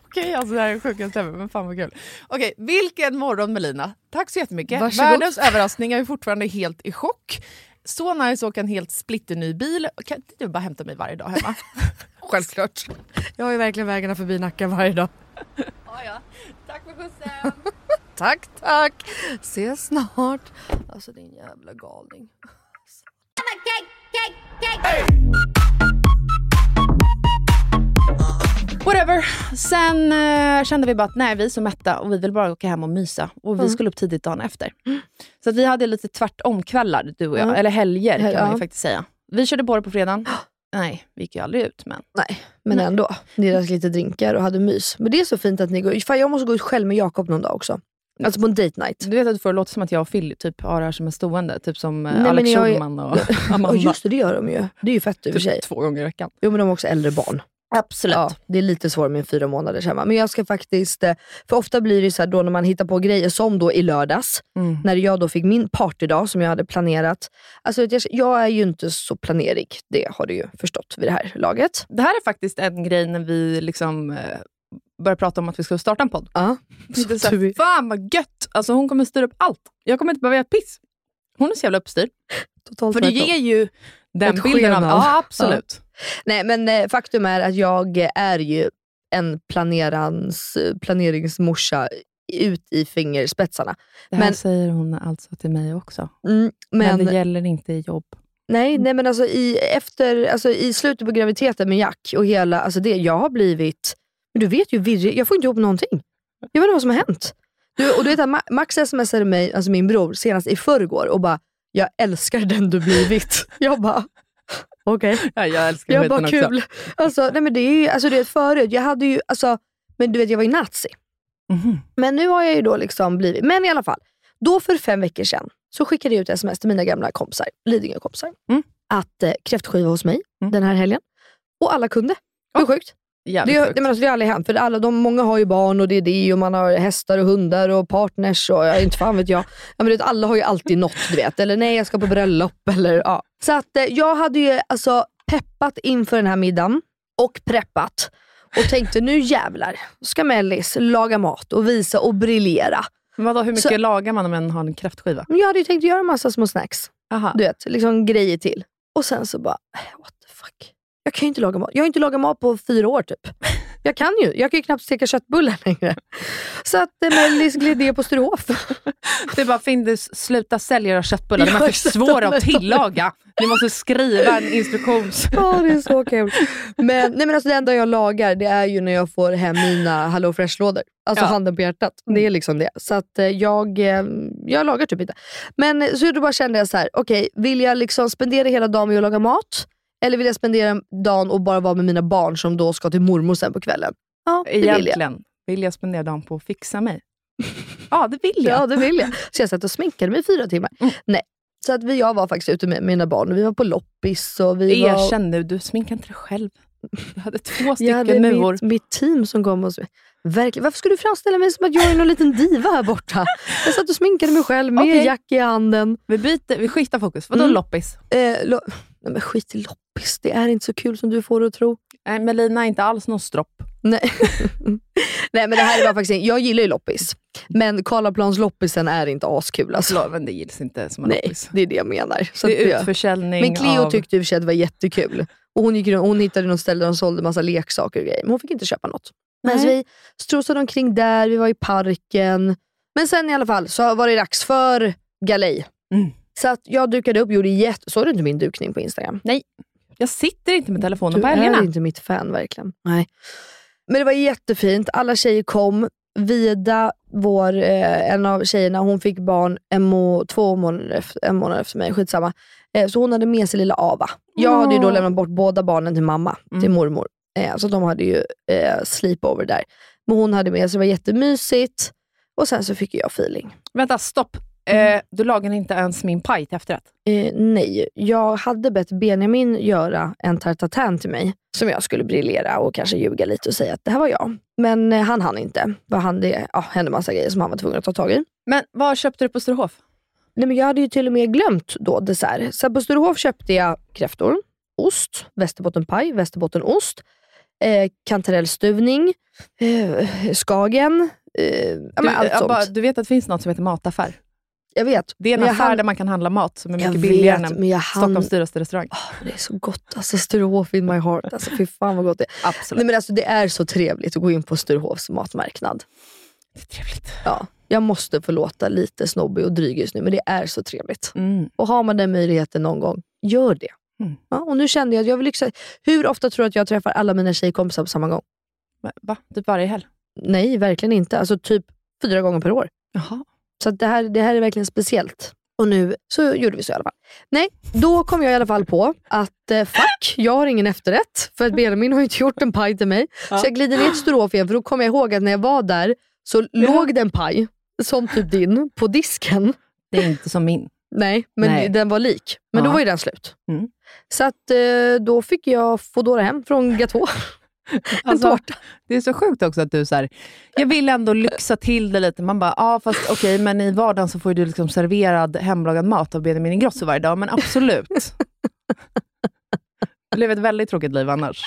Okej, alltså det här är sjukast ever, men fan vad kul. Okej, vilken morgon Melina. Tack så jättemycket. Varsågod. Världens överraskning, jag är fortfarande helt i chock. Så nice att åka en helt splitterny bil. Kan inte du bara hämta mig varje dag hemma? Självklart. Jag har ju verkligen vägarna förbi Nacka varje dag. Tack för skjutsen! Tack, tack. Ses snart. Alltså din jävla galning. Whatever. Sen eh, kände vi bara att nej, vi är så mätta och vi vill bara åka hem och mysa. Och vi Mm. skulle upp tidigt dagen efter. Så att vi hade lite tvärtom-kvällar, du och jag. Mm. Eller helger kan man Ja. ju faktiskt säga. Vi körde på det på fredagen. Nej, vi gick ju aldrig ut men. Nej, men ändå. Ni drack lite drinkar och hade mys. Men det är så fint att ni går Fan, jag måste gå ut själv med Jakob någon dag också. Alltså på en date night. Du vet att du får det låta som att jag och Phil typ har det här som en stående, typ som eh, Nej, men Alex jag är- Schulman och Amanda. Och just det, det gör de ju. Det är ju fett i och för Typ sig. två gånger i veckan. Jo men de har också äldre barn. Absolut. Ja, det är lite svårare med fyra månader hemma. Men jag ska faktiskt, eh, för ofta blir det ju så här då när man hittar på grejer, som då i lördags, Mm. när jag då fick min partydag som jag hade planerat. Alltså vet jag, jag är ju inte så planerig, det har du ju förstått vid det här laget. Det här är faktiskt en grej när vi liksom eh, började prata om att vi skulle starta en podd. Ja. Så så här, Fan vad gött! Alltså hon kommer styra upp allt. Jag kommer inte behöva göra ett piss. Hon är så jävla uppstyrd. Totalt För det tvärtom. ger ju den Ett bilden av... sken Ja, absolut. Ja. Nej, men eh, faktum är att jag är ju en planerans, planeringsmorsa ut i fingerspetsarna. Det här Men, säger hon alltså till mig också. mm, men, Men, det gäller inte i jobb. nej, nej, men alltså i, efter, alltså i slutet på graviditeten med Jack och hela, alltså det, jag har blivit, men du vet ju virrig, jag får inte ihop någonting. Jag vet inte vad som har hänt. Du, och du vet att Ma- Max smsade mig, alltså min bror, senast i förrgår och bara, jag älskar den du blivit. Jag bara, okej. Ja, jag älskar Jag skiten bara också. kul. Alltså, nej men det är ju, alltså du vet förut, jag hade ju, alltså, men du vet jag var ju nazi. Men nu har jag ju då liksom blivit, men i alla fall. Då för fem veckor sedan så skickade jag ut sms till mina gamla kompisar, Lidingö-kompisar, att eh, kräftskiva hos mig den här helgen. Och alla kunde. Hur sjukt? Jävligt Det, har- sjukt. det, men alltså, det har aldrig hänt, för alla, de, många har ju barn och det är det och man har hästar och hundar och partners och ja, inte fan vet jag. Ja, men du vet, alla har ju alltid något du vet, eller nej jag ska på bröllop. Eller, ja. Så att eh, jag hade ju alltså peppat inför den här middagen och preppat och tänkte nu jävlar ska Mellis laga mat och visa och briljera. Men vadå, hur mycket Så- lagar man om man har en kräftskiva? Men jag hade ju tänkt göra massa små snacks. Du vet, liksom grejer till. Och sen så bara, eh, what the fuck. Jag kan ju inte laga mat. Jag har ju inte lagat mat på fyra år typ. Jag kan ju. Jag kan ju knappt steka köttbullar längre. Så att eh, Mellis gled ner på Sturehof. Det är bara Findus, sluta sälja era köttbullar. De Ja, är för exakt. svåra att tillaga. Ni måste skriva en instruktion. Ja, det är så kul. Men, nej, men alltså, det enda jag lagar det är ju när jag får hem mina Hello Fresh-lådor. Alltså Ja. handen på hjärtat. Det är liksom det. Så att eh, jag, eh, jag lagar typ inte. Men eh, så då bara kände jag så här, okej, vill jag liksom spendera hela dagen med att laga mat? Eller vill jag spendera dagen och bara vara med mina barn som då ska till mormor sen på kvällen? Ja, det vill jag. Egentligen vill jag spendera dagen på att fixa mig. Ja, det vill jag. Ja, det vill jag. Så jag satt och sminkade mig i fyra timmar. Nej. Så att vi, jag var faktiskt ute med mina barn. Vi var på loppis och vi var... Erkänn nu, du sminkar inte dig själv. Du hade två stycken jag hade muor. Mitt, mitt team som kom och... Verkligen. Varför ska du framställa mig som att jag är någon liten diva här borta? Jag satt och sminkade mig själv med Okej. Jack i handen. Vi, byter, vi skiftar fokus. Vadå Mm. loppis? Eh, lo... Nej, men skit i loppis, det är inte så kul som du får det att tro. Nej, Melina är inte alls någon stropp. Nej. Nej, men det här var faktiskt... Jag gillar ju loppis, men Karlaplansloppisen är inte askul. Alltså. Men det gills inte som en Nej, loppis. det är det jag menar. Så det att är jag- utförsäljning Men Cleo av... tyckte i och för sig att det var jättekul. Och hon, gick, runt- hon hittade något ställe där de sålde massa leksaker och grejer, men hon fick inte köpa något. Men så vi strosade omkring där, vi var i parken. Men sen i alla fall så var det dags för galej. Så att jag dukade upp, gjorde jätte... Såg du inte min dukning på Instagram? Nej, jag sitter inte med telefonen Du på är helgerna. inte mitt fan verkligen. Nej. Men det var jättefint, alla tjejer kom. Vida, vår, eh, en av tjejerna, hon fick barn en må, två månader efter, en månad efter mig, skitsamma. Eh, så hon hade med sig lilla Ava. Jag hade ju då Åh. lämnat bort båda barnen till mamma, till mormor. Eh, så de hade ju eh, sleepover där. Men hon hade med sig, det var jättemysigt. Och sen så fick jag feeling. Vänta, stopp. Mm. Eh, du lagade inte ens min paj till efterrätt. Eh, nej, jag hade bett Benjamin göra en tartatan till mig som jag skulle briljera och kanske ljuga lite och säga att det här var jag. Men eh, han hann inte. För han, det ja, hände massa grejer som han var tvungen att ta tag i. Men vad köpte du på Sturehof? Nej, men jag hade ju till och med glömt då dessert. Så på Sturehof köpte jag kräftor, ost, västerbottenpaj, västerbottenost, eh, kantarellstuvning, eh, skagen. Eh, ja, Du, men allt jag sånt. bara, du vet att det finns något som heter mataffär? jag vet. Det är en Men jag affär hann- där man kan handla mat som är Jag mycket billigare vet, än men jag hann- Stockholms dyraste restaurang. Det är så gott. Alltså Sturehof in my heart. Alltså, fy fan vad gott det är. Absolut. Nej, men alltså, det är så trevligt att gå in på Sturehofs matmarknad. Det är trevligt. Ja, jag måste få låta lite snobbig och dryg just nu, men det är så trevligt. Mm. Och har man den möjligheten någon gång, gör det. Mm. Ja, och nu kände jag att jag vill liksom, Hur ofta tror du att jag träffar alla mina tjejkompisar på samma gång? Men, Va? Typ varje helg? Nej, verkligen inte. Alltså typ fyra gånger per år. Jaha. Så att det, här, det här är verkligen speciellt. Och nu så gjorde vi så i alla fall. Nej, då kom jag i alla fall på att eh, fuck, jag har ingen efterrätt. För att Benjamin har ju inte gjort en paj till mig. Så jag glider ner till Storofien för då kom jag ihåg att när jag var där så låg det en paj, som typ din, på disken. Det är inte som min. Nej, men Nej. den var lik. Men då Ja. Mm. var ju den slut. Så att, eh, då fick jag Foodora hem från Gatå. En Alltså, tårta. Det är så sjukt också att du så här, jag vill ändå lyxa till det lite. Man bara, ja fast okej, men i vardagen så får ju du liksom serverad hemlagad mat av Benjamin Ingrosso varje dag, men absolut. Det blev ett väldigt tråkigt liv annars.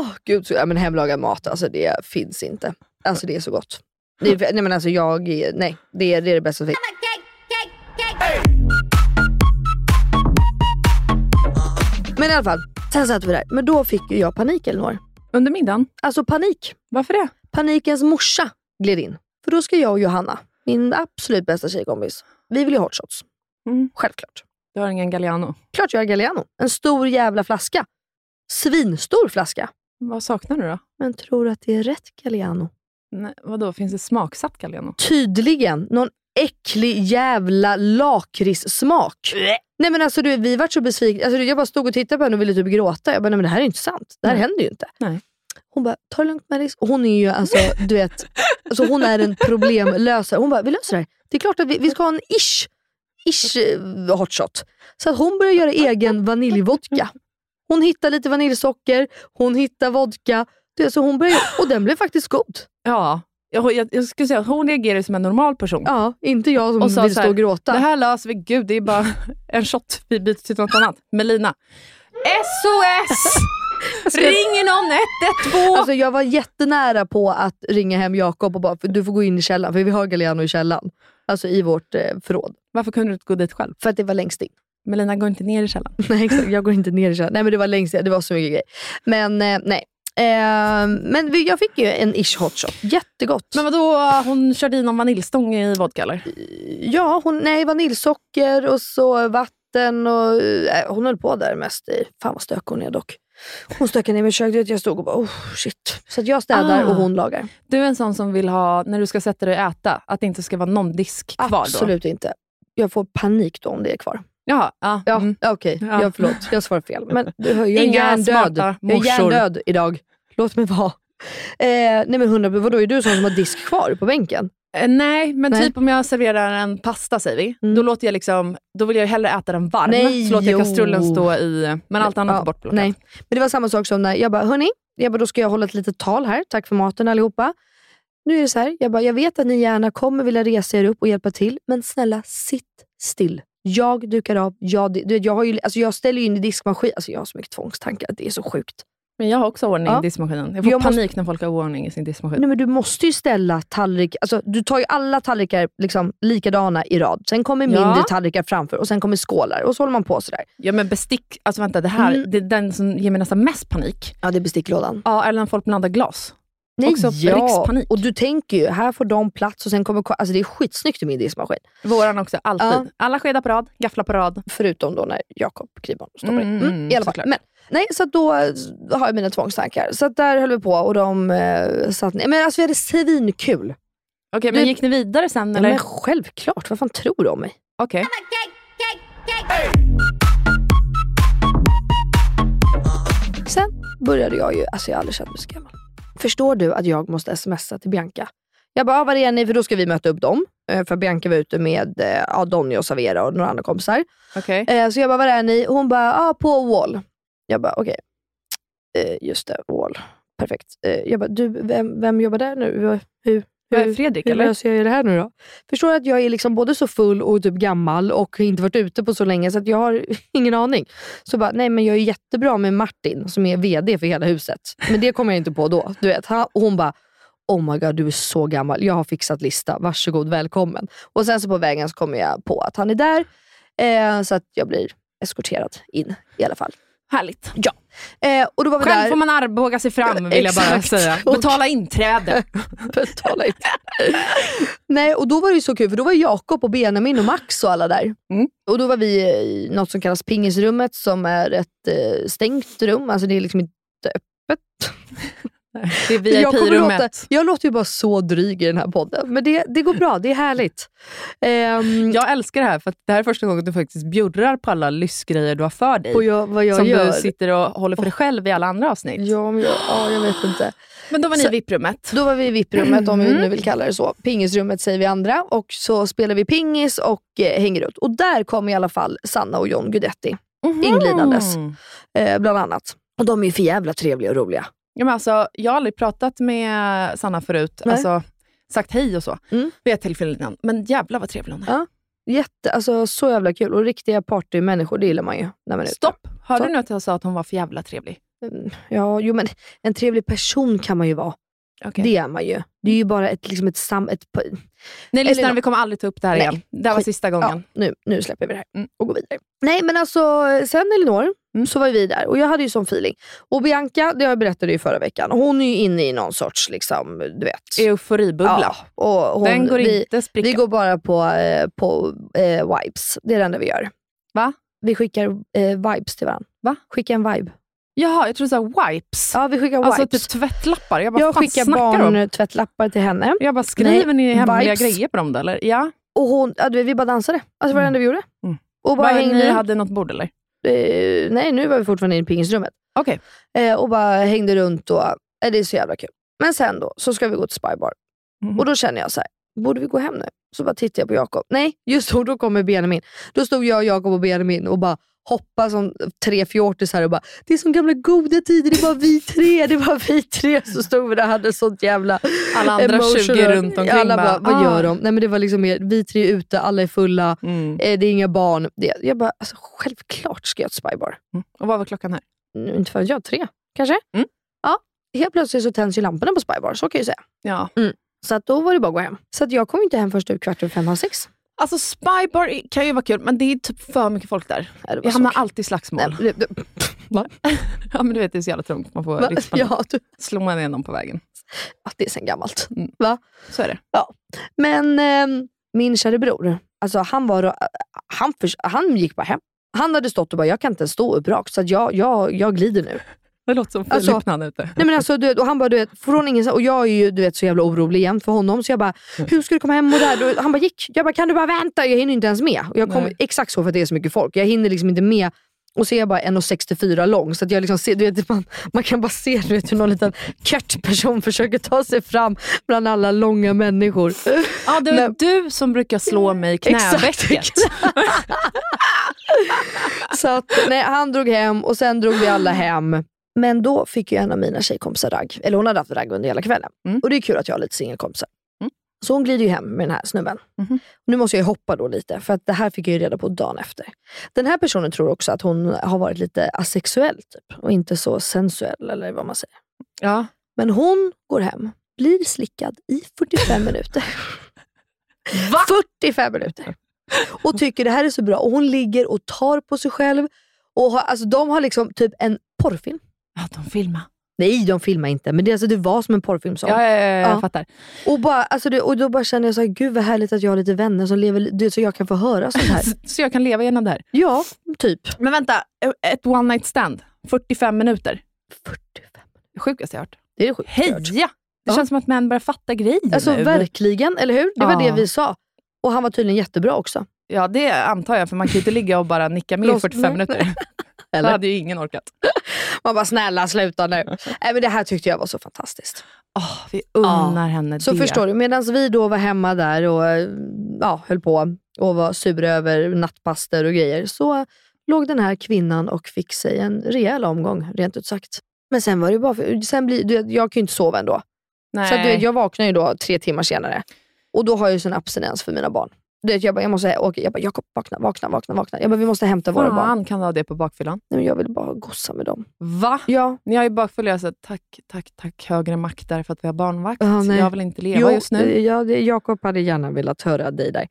Åh, gud. Så, ja, men hemlagad mat, alltså det finns inte. Alltså det är så gott. Det är, nej men alltså jag, är- nej. Det är det, är det bästa som finns. Men i alla fall, sen satt vi där. Men då fick ju jag panik Elinor. Under middagen? Alltså panik. Varför det? Panikens morsa gled in. För då ska jag och Johanna, min absolut bästa tjejkompis, vi vill ju hot shots. Självklart. Du har ingen Galliano? Klart jag har Galliano. En stor jävla flaska. Svinstor flaska. Vad saknar du då? Men tror du att det är rätt Galliano? Nej, vadå, finns det smaksatt Galliano? Tydligen någon äcklig jävla lakritssmak. Nej men alltså du, vi vart så besvikna. Alltså, du, jag bara stod och tittade på henne och ville typ gråta. Jag bara, nej men det här är inte sant. Det här Nej. händer ju inte. Nej. Hon bara, ta det lugnt Melis. Och Hon är ju alltså, du vet, alltså, hon är en problemlösare. Hon bara, vi löser det här. Det är klart att vi, vi ska ha en ish, ish eh, hot shot. Så att hon börjar göra egen vaniljvodka. Hon hittar lite vaniljsocker, hon hittar vodka. Du vet, så hon börjar, och den blev faktiskt god. Ja, jag, jag, jag skulle säga att hon reagerar som en normal person. Ja, inte jag som vill så stå och gråta. Det här löser vi, gud det är bara en shot, vi byter till något annat. Melina. SOS! Ringer någon 112? Alltså jag var jättenära på att ringa hem Jakob och bara, "För du får gå in i källaren, för vi har Galliano i källaren. Alltså i vårt eh, förråd. Varför kunde du inte gå dit själv? För att det var längst in. Melina går inte ner i källaren. Nej exakt, jag går inte ner i källaren. Nej men det var längst in, det var så mycket grejer. Men eh, nej. Eh, men vi, jag fick ju en ish hot shot. Jättegott. Men vadå, hon körde i någon vaniljstång i vodka eller? Ja, hon, nej, vaniljsocker och så vatten. Och, eh, hon höll på där mest. I, fan vad stökig hon är dock. Hon stökade ner mig i köket. du vet, Jag stod och bara, oh shit. Så att jag städar Ah. och hon lagar. Du är en sån som vill ha, när du ska sätta dig och äta, att det inte ska vara någon disk kvar då? Absolut inte. Jag får panik då om det är kvar. Jaha, ja. Ja, mm. okej. Ja. Ja, förlåt. Jag svarar fel. Men du hör, jag är Inga hjärndöd. smarta Jag är morsor. hjärndöd idag. Låt mig vara. Eh, nej men 100 vadå är du sån som har disk kvar på bänken? Eh, Nej, men Nej. Mm. typ om jag serverar en pasta, säger vi, då, låter jag liksom, då vill jag hellre äta den varm. Nej, så låter jag jo. kastrullen stå i... Men allt annat är bortplockat. Nej. Men det var samma sak som när jag bara, hörni, jag bara, då ska jag hålla ett litet tal här. Tack för maten allihopa. Nu är det så här, jag bara, jag vet att ni gärna kommer vilja resa er upp och hjälpa till, men snälla sitt still. Jag dukar av, jag, du vet, jag, har ju, alltså jag ställer ju in i diskmaskin. Alltså jag har så mycket tvångstankar, det är så sjukt. Men jag har också ordning Ja. i diskmaskinen. Jag får Jag måste- Mm. panik när folk har oordning i sin diskmaskin. Nej, men du måste ju ställa tallrik, alltså, du tar ju alla tallrikar liksom, likadana i rad. Sen kommer Ja. mindre tallrikar framför och sen kommer skålar och så håller man på sådär. Ja men bestick, alltså vänta, det här, Mm. det är den som ger mig nästan mest panik. Ja, det är besticklådan. Ja, eller när folk blandar glas. Också rikspanik. och du tänker ju, här får de plats och sen kommer... ko- Alltså det är skitsnyggt i min diskmaskin. Våran också, alltid. Ja. Alla skedar på rad, gafflar på rad. Förutom då när Jakob Kribon stoppar Mm, in. mm, Mm, I alla fall. såklart. Men, nej, så att då eh, har jag mina tvångstankar. Så att där höll vi på och de eh, satt ner. Men alltså vi hade svinkul. Okej, Du- men gick ni vidare sen Ja, eller? men självklart, vad fan tror du om mig? Okej. Sen började jag ju, alltså jag har aldrig känt mig så gammal. Förstår du att jag måste smsa till Bianca? Jag bara, "Ah, var är ni? För då ska vi möta upp dem. Eh, För Bianca var ute med eh, ja, Donny och Savera och några andra kompisar. Okej. Eh, Så jag bara, var är ni? Hon bara, ah, på Wall. Jag bara, okej. Eh, Just det, Wall. Perfekt. Eh, Jag bara, du, vem, vem jobbar där nu? Hur, hur, Vad är Fredrik hur eller? löser jag det här nu då? Förstår du att jag är liksom både så full och typ gammal och inte varit ute på så länge så att jag har ingen aning. Så bara, nej men jag är jättebra med Martin som är VD för hela huset. Men det kommer jag inte på då. Du vet. Han- Och hon bara, oh my god du är så gammal. Jag har fixat lista. Varsågod välkommen. Och sen så på vägen så kommer jag på att han är där. Eh, så att jag blir eskorterad in i alla fall. Härligt. Ja. Eh, och då var vi Själv där. får man armbåga sig fram vill jag bara Exakt. säga. Och- Betala inträde. Betala inte. Nej, och då var det ju så kul, för då var Jakob och Benjamin och Max och alla där. Mm. Och då var vi i något som kallas pingisrummet, som är ett eh, stängt rum. Alltså det är liksom inte öppet. Det är Jag kommer VIP-rummet. låta- Jag låter ju bara så dryg i den här podden, men det, det går bra. Det är härligt. Ehm, Jag älskar det här, för att det här är första gången du faktiskt bjuddar på alla lystgrejer du har för dig. Och jag- vad jag som gör. du sitter och håller för dig själv i alla andra avsnitt. Ja, men jag, ja, jag vet inte. Men då var ni Så- i VIP-rummet. Då var vi i VIP-rummet, om vi Mm. nu vill kalla det så. Pingisrummet säger vi andra. Och så spelar vi pingis och eh, hänger ut. Och där kom i alla fall Sanna och John Guidetti Mhm. inglidandes. Eh, bland annat. Och de är ju för jävla trevliga och roliga. Ja, men alltså, jag har aldrig pratat med Sanna förut, Nej. Mm. alltså, sagt hej och så, vid ett tillfälle innan. Men jävlar vad trevlig hon är. Ja. Jätte, alltså, så jävla kul. Och riktiga partymänniskor, det gillar man ju. När man är ute. Stopp! Hörde Så. du nu att jag sa att hon var för jävla trevlig? Mm, Ja, jo, men en trevlig person kan man ju vara. Det är man ju. Det är ju bara ett, liksom ett, sam, ett pa- Nej, Eller lyssnarna, nå- vi kommer aldrig ta upp det här Nej. igen. Det här var Skit. sista gången. Ja, nu, nu släpper vi det här och går vidare. Nej men alltså, sen Elinor så var vi där och jag hade ju sån feeling. Och Bianca, det jag berättade ju förra veckan, hon är ju inne i någon sorts liksom, du vet. Euforibubbla. Ja, och hon, Den går vi, inte spricka. Vi går bara på, eh, på eh, vibes. Det är det enda vi gör. Va? Vi skickar eh, vibes till varandra. Va? Skicka en vibe. Jaha, jag trodde du sa wipes. Ja, vi skickar Alltså wipes. typ tvättlappar. Jag bara, jag fan skickar snackar du om? barntvättlappar till henne. Jag bara, skriver ni hemliga vibes. grejer på dem då eller? Ja. Och hon, ja, du vet, vi bara dansade. Alltså Mm. vad det enda vi gjorde. Och bara Bara hängde ni runt. hade något bord eller? Eh, nej, nu var vi fortfarande inne i pingisrummet. Okay. Eh, och bara hängde runt och eh, det är så jävla kul. Men sen då så ska vi gå till Spybar. Mhm. Och då känner jag så här, borde vi gå hem nu? Så bara tittar jag på Jakob. Nej, just då, då kommer Benjamin. Då stod jag, Jakob och Benjamin och bara hoppade som tre fjortisar och bara, det är som gamla goda tider, det var vi tre, det var vi tre. Så stod vi där och hade sånt jävla Alla andra 20 runt omkring Alla bara, bara, vad "Ah." gör de? Nej men det var liksom mer, vi tre är ute, alla är fulla, Mm. eh, det är inga barn. Det, jag bara, alltså, självklart ska jag till Spybar. Och vad var klockan här? Mm, Inte förrän jag, tre kanske? Ja, helt plötsligt så tänds ju lamporna på Spybar, så kan jag ju säga. Ja. Mm. Så att då var det bara att gå hem. Så att jag kom inte hem först typ kvart över fem, halv sex. Alltså spybar i- kan ju vara kul, men det är typ för mycket folk där. var Jag så hamnar kul. alltid i slagsmål. Nej, ja, men du vet, det är så jävla trångt. Man får Va? riksbanken. Ja, du... Slår man ner någon på vägen. Att det är sen gammalt. Mm. Va? Så är det. Ja. Men ehm, min kära bror, alltså han, var, han, förs- han gick bara hem. Han hade stått och bara, jag kan inte ens stå upp rakt, så att jag, jag, jag glider nu. Det låter som Filip Alltså- när han är ute. Nej, men alltså, du vet, och han bara, du vet, från ingenstans, och jag är ju du vet, så jävla orolig jämt för honom, så jag bara, hur ska du komma hem och där? Då, han bara, gick. Jag bara, kan du bara vänta? Jag hinner ju inte ens med. Och jag kom, Nej. exakt så för att det är så mycket folk. Jag hinner liksom inte med. Och så är jag bara 1,64 lång, så att jag liksom ser, du vet, man, man kan bara se du vet, hur någon liten kört person försöker ta sig fram bland alla långa människor. Ja, det Nej. var du som brukar slå mig i Exakt. knävecket. Så att, nej, han drog hem och sen drog vi alla hem. Men då fick ju en av mina tjejkompisar ragg. Eller hon hade haft ragg under hela kvällen. Och det är kul att jag har lite singelkompisar. Så hon glider ju hem med den här snubben. Nu måste jag ju hoppa då lite, för att det här fick jag ju reda på dagen efter. Den här personen tror också att hon har varit lite asexuell typ, och inte så sensuell eller vad man säger. Ja. Men hon går hem, blir slickad i 45 minuter. 45 minuter! Och tycker det här är så bra. Och hon ligger och tar på sig själv. Och har, alltså, de har liksom typ en porrfilm. Ja, de filmar. Nej, de filmar inte, men det, alltså, det var som en porrfilm. sa hon. Ja, ja, ja, jag fattar. Och, bara, alltså, det, och då bara känner jag så här, gud vad härligt att jag har lite vänner som lever, det, så jag kan få höra sånt här. Så jag kan leva genom det här. Ja, typ. Men vänta, e- ett one night stand, 45 minuter. 45 minuter. Det sjukaste jag hört. Det är det sjukaste Heja! Det känns som att män börjar fatta grejer Alltså nu. verkligen, eller hur? Det var Ja. det vi sa. Och han var tydligen jättebra också. Ja, det antar jag, för man kan ju inte ligga och bara nicka med i Låst- 45 minuter. Eller? Det hade ju ingen orkat. Man bara, snälla sluta nu. Nej, men det här tyckte jag var så fantastiskt. vi unnar henne Så det. förstår du, medan vi då var hemma där och eh, ja, höll på och var sura över nattpaster och grejer, så låg den här kvinnan och fick sig en rejäl omgång, rent ut sagt. Men sen var det ju bara, för, sen blir, du, vet, jag kan ju inte sova ändå. Nej. Så att, du vet, jag vaknar ju då tre timmar senare och då har jag ju sån abstinens för mina barn. Du vet, jag bara, jag måste åka. Jag bara, Jakob vakna, vakna, vakna, vakna. Jag bara, vi måste hämta våra Fan, barn. kan du ha det på bakfyllan? Nej, men jag vill bara gossa med dem. Va? Ja. Ni har ju bakfyllt jag sagt tack, tack, tack högre makt därför att vi har barnvakt. Ja, nej. jag vill inte leva Jo, just nu. Ja, det- Jakob hade gärna velat höra dig där.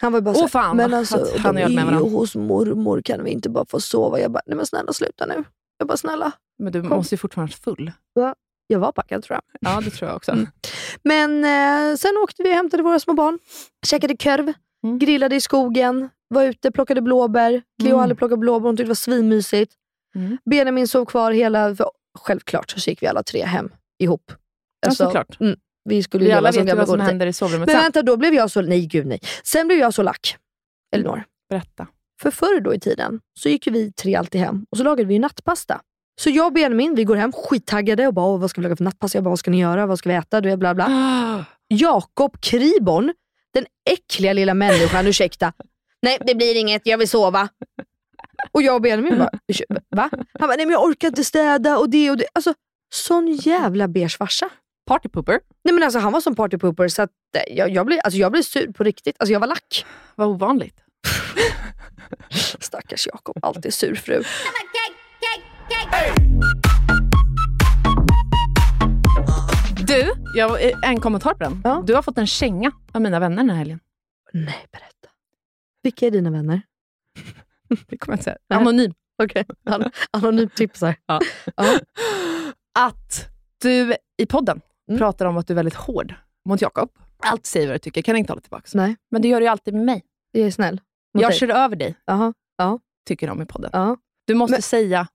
Han var ju bara Åh, såhär, fan, men att alltså, han och jag de med är ju varandra." hos mormor, kan vi inte bara få sova? Jag bara, nej men snälla sluta nu. Jag bara, snälla. Men du Kom. måste ju fortfarande vara full. Ja, Jag var packad tror jag. Ja, det tror jag Mm. också. Men eh, sen åkte vi och hämtade våra små barn, käkade korv, grillade i skogen, var ute, plockade blåbär. Cleo Mm. hade plockat blåbär, hon tyckte det var svinmysigt. Benjamin sov kvar hela... För, självklart så gick vi alla tre hem ihop. Ja, såklart. Mm, vi skulle Vi leva alla som vet ju gamla vad som goda tider. händer i sovrummet Men sen. vänta, då blev jag så... Nej, gud nej. Sen blev jag så lack, Elinor. Berätta. För förr då i tiden så gick ju vi tre alltid hem och så lagade vi ju nattpasta. Så jag och Benjamin, vi går hem skittaggade och bara, "Åh, vad ska vi laga för nattpasta? Jag bara, vad ska ni göra? Vad ska vi äta? Du vet, bla bla. Jakob Kriborn, den äckliga lilla människan, ursäkta. Nej, det blir inget. Jag vill sova. Och jag och Benjamin bara, "Ursä- va? Han bara, nej men jag orkar inte städa och det och det. Alltså, sån jävla beige farsa. Partypooper. Nej men alltså han var som partypooper så att eh, jag, jag, blev, alltså, jag blev sur på riktigt. Alltså jag var lack. Vad ovanligt. Stackars Jakob, alltid sur fru. Du, jag, eh, en kommentar på den. Du har fått en känga av mina vänner den här helgen. Nej, berätta. Vilka är dina vänner? Det kommer jag inte säga. Anonym. Okej, An- anonym tipsar. Ja. Att du i podden pratar om att du är väldigt hård mot Jakob. Allt säger vad du tycker, kan inte hålla tillbaka. Nej. Men du gör det ju alltid med mig. Jag är snäll. mot jag dig. kör över dig, Jaha, ja. tycker de i podden. Ja. Du måste säga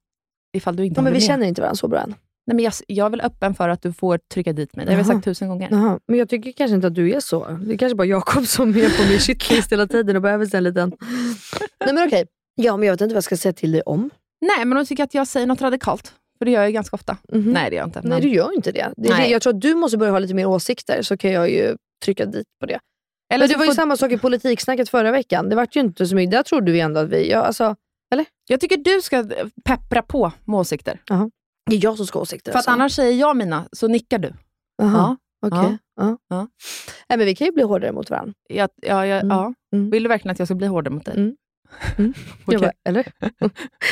ifall du inte Ja, men håller vi med. känner inte varandra så bra än. Nej, men jag, jag är väl öppen för att du får trycka dit mig. Det har jag Jaha. väl sagt tusen gånger. Jaha, men jag tycker kanske inte att du är så. Det är kanske bara Jakob som är på min shitlist hela tiden och behöver sig en liten... Nej men okej. Ja, men jag vet inte vad jag ska säga till dig om. Nej, men de tycker att jag säger något radikalt. För det gör jag ju ganska ofta. Mm. Nej, det gör jag inte. Mhm. Nej, men- du gör inte det. det, är Nej. det. Jag tror att du måste börja ha lite mer åsikter så kan jag ju trycka dit på det. Eller men så det var ju får- samma sak i politiksnacket förra veckan. Det vart ju inte så mycket. Där trodde vi ändå att vi... Ja, alltså, eller? Jag tycker du ska eh, peppra på med åsikter. Det är jag som ska ha åsikter. För att alltså. annars säger jag mina, så nickar du. Jaha, okej. ja, ja. ja. Nej, men vi kan ju bli hårdare mot varandra. Jag, ja, jag, ja. Vill du verkligen att jag ska bli hårdare mot dig? Mm. Okej. Jag bara, eller?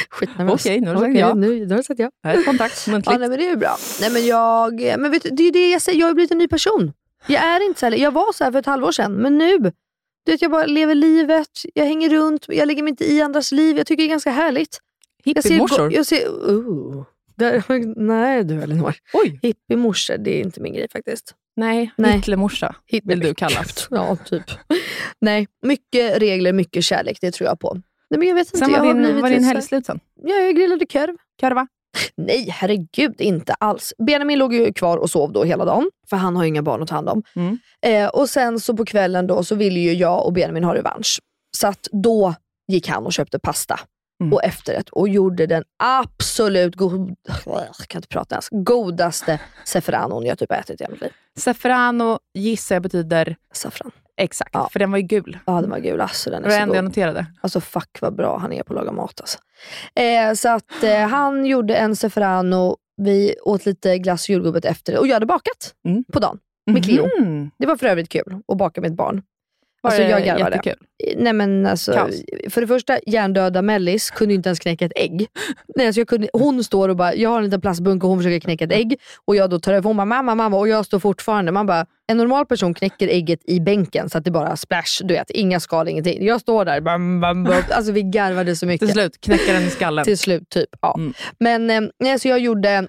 Skitnervös. Okej, nu har du sagt Okej, ja. Nu, nu har du sagt ja. Här är kontakt, ja muntligt. nej, men det är ju bra. Nej, men jag, men vet, du, det är ju det jag säger, jag har ju blivit en ny person. Jag är inte så här, jag var så här för ett halvår sedan, men nu. Du vet, jag bara lever livet, jag hänger runt, jag lägger mig inte i andras liv. Jag tycker det är ganska härligt. Jag ser, Hippiemorsor. go- jag ser, oh, där, nej du Elinor. Oj. Hippiemorsor, det är inte min grej faktiskt. Nej, Nej. Hitlermorsa vill du kallas. Ja, typ. Nej, mycket regler, mycket kärlek, det tror jag på. Nej, men jag vet inte, Sen jag har var din, blivit var din lite så helg här- slut sen. Ja, jag grillade korv. Karva. Nej, herregud, inte alls. Benjamin låg ju kvar och sov då hela dagen, för han har ju inga barn att ta hand om. Mm. Eh, och sen så på kvällen då så ville ju jag och Benjamin ha revansch. Så att då gick han och köpte pasta Mm. och efterrätt och gjorde den absolut god, jag kan inte prata ens, godaste safranon jag typ har ätit i hela mitt liv. Safrano gissar jag betyder... Saffran. Exakt, för den var ju gul. Ja, den var gul. Alltså, den Det är var det så enda jag god. noterade. Alltså fuck vad bra han är på att laga mat alltså. Eh, så att eh, han gjorde en Sefrano, vi åt lite glass och jordgubbet efter det. Och jag hade bakat Mm. på dagen med Cleo. Mhm. Det var för övrigt kul att baka med ett barn. Var alltså det jag garvade. jättekul? Eh, Nej men alltså, Kaos. för det första, hjärndöda Mellis kunde ju inte ens knäcka ett ägg. Nej, alltså jag kunde, hon står och bara, jag har en liten plastbunk och hon försöker knäcka ett ägg. Och jag då tar över, hon bara mamma, mamma och jag står fortfarande. Man bara, en normal person knäcker ägget i bänken så att det bara splash, du vet, inga skal, ingenting. Jag står där, bam, bam, bam. Alltså vi garvade så mycket. Till slut, knäcker den i skallen. Till slut, typ. Ja. Men eh, nej, så jag gjorde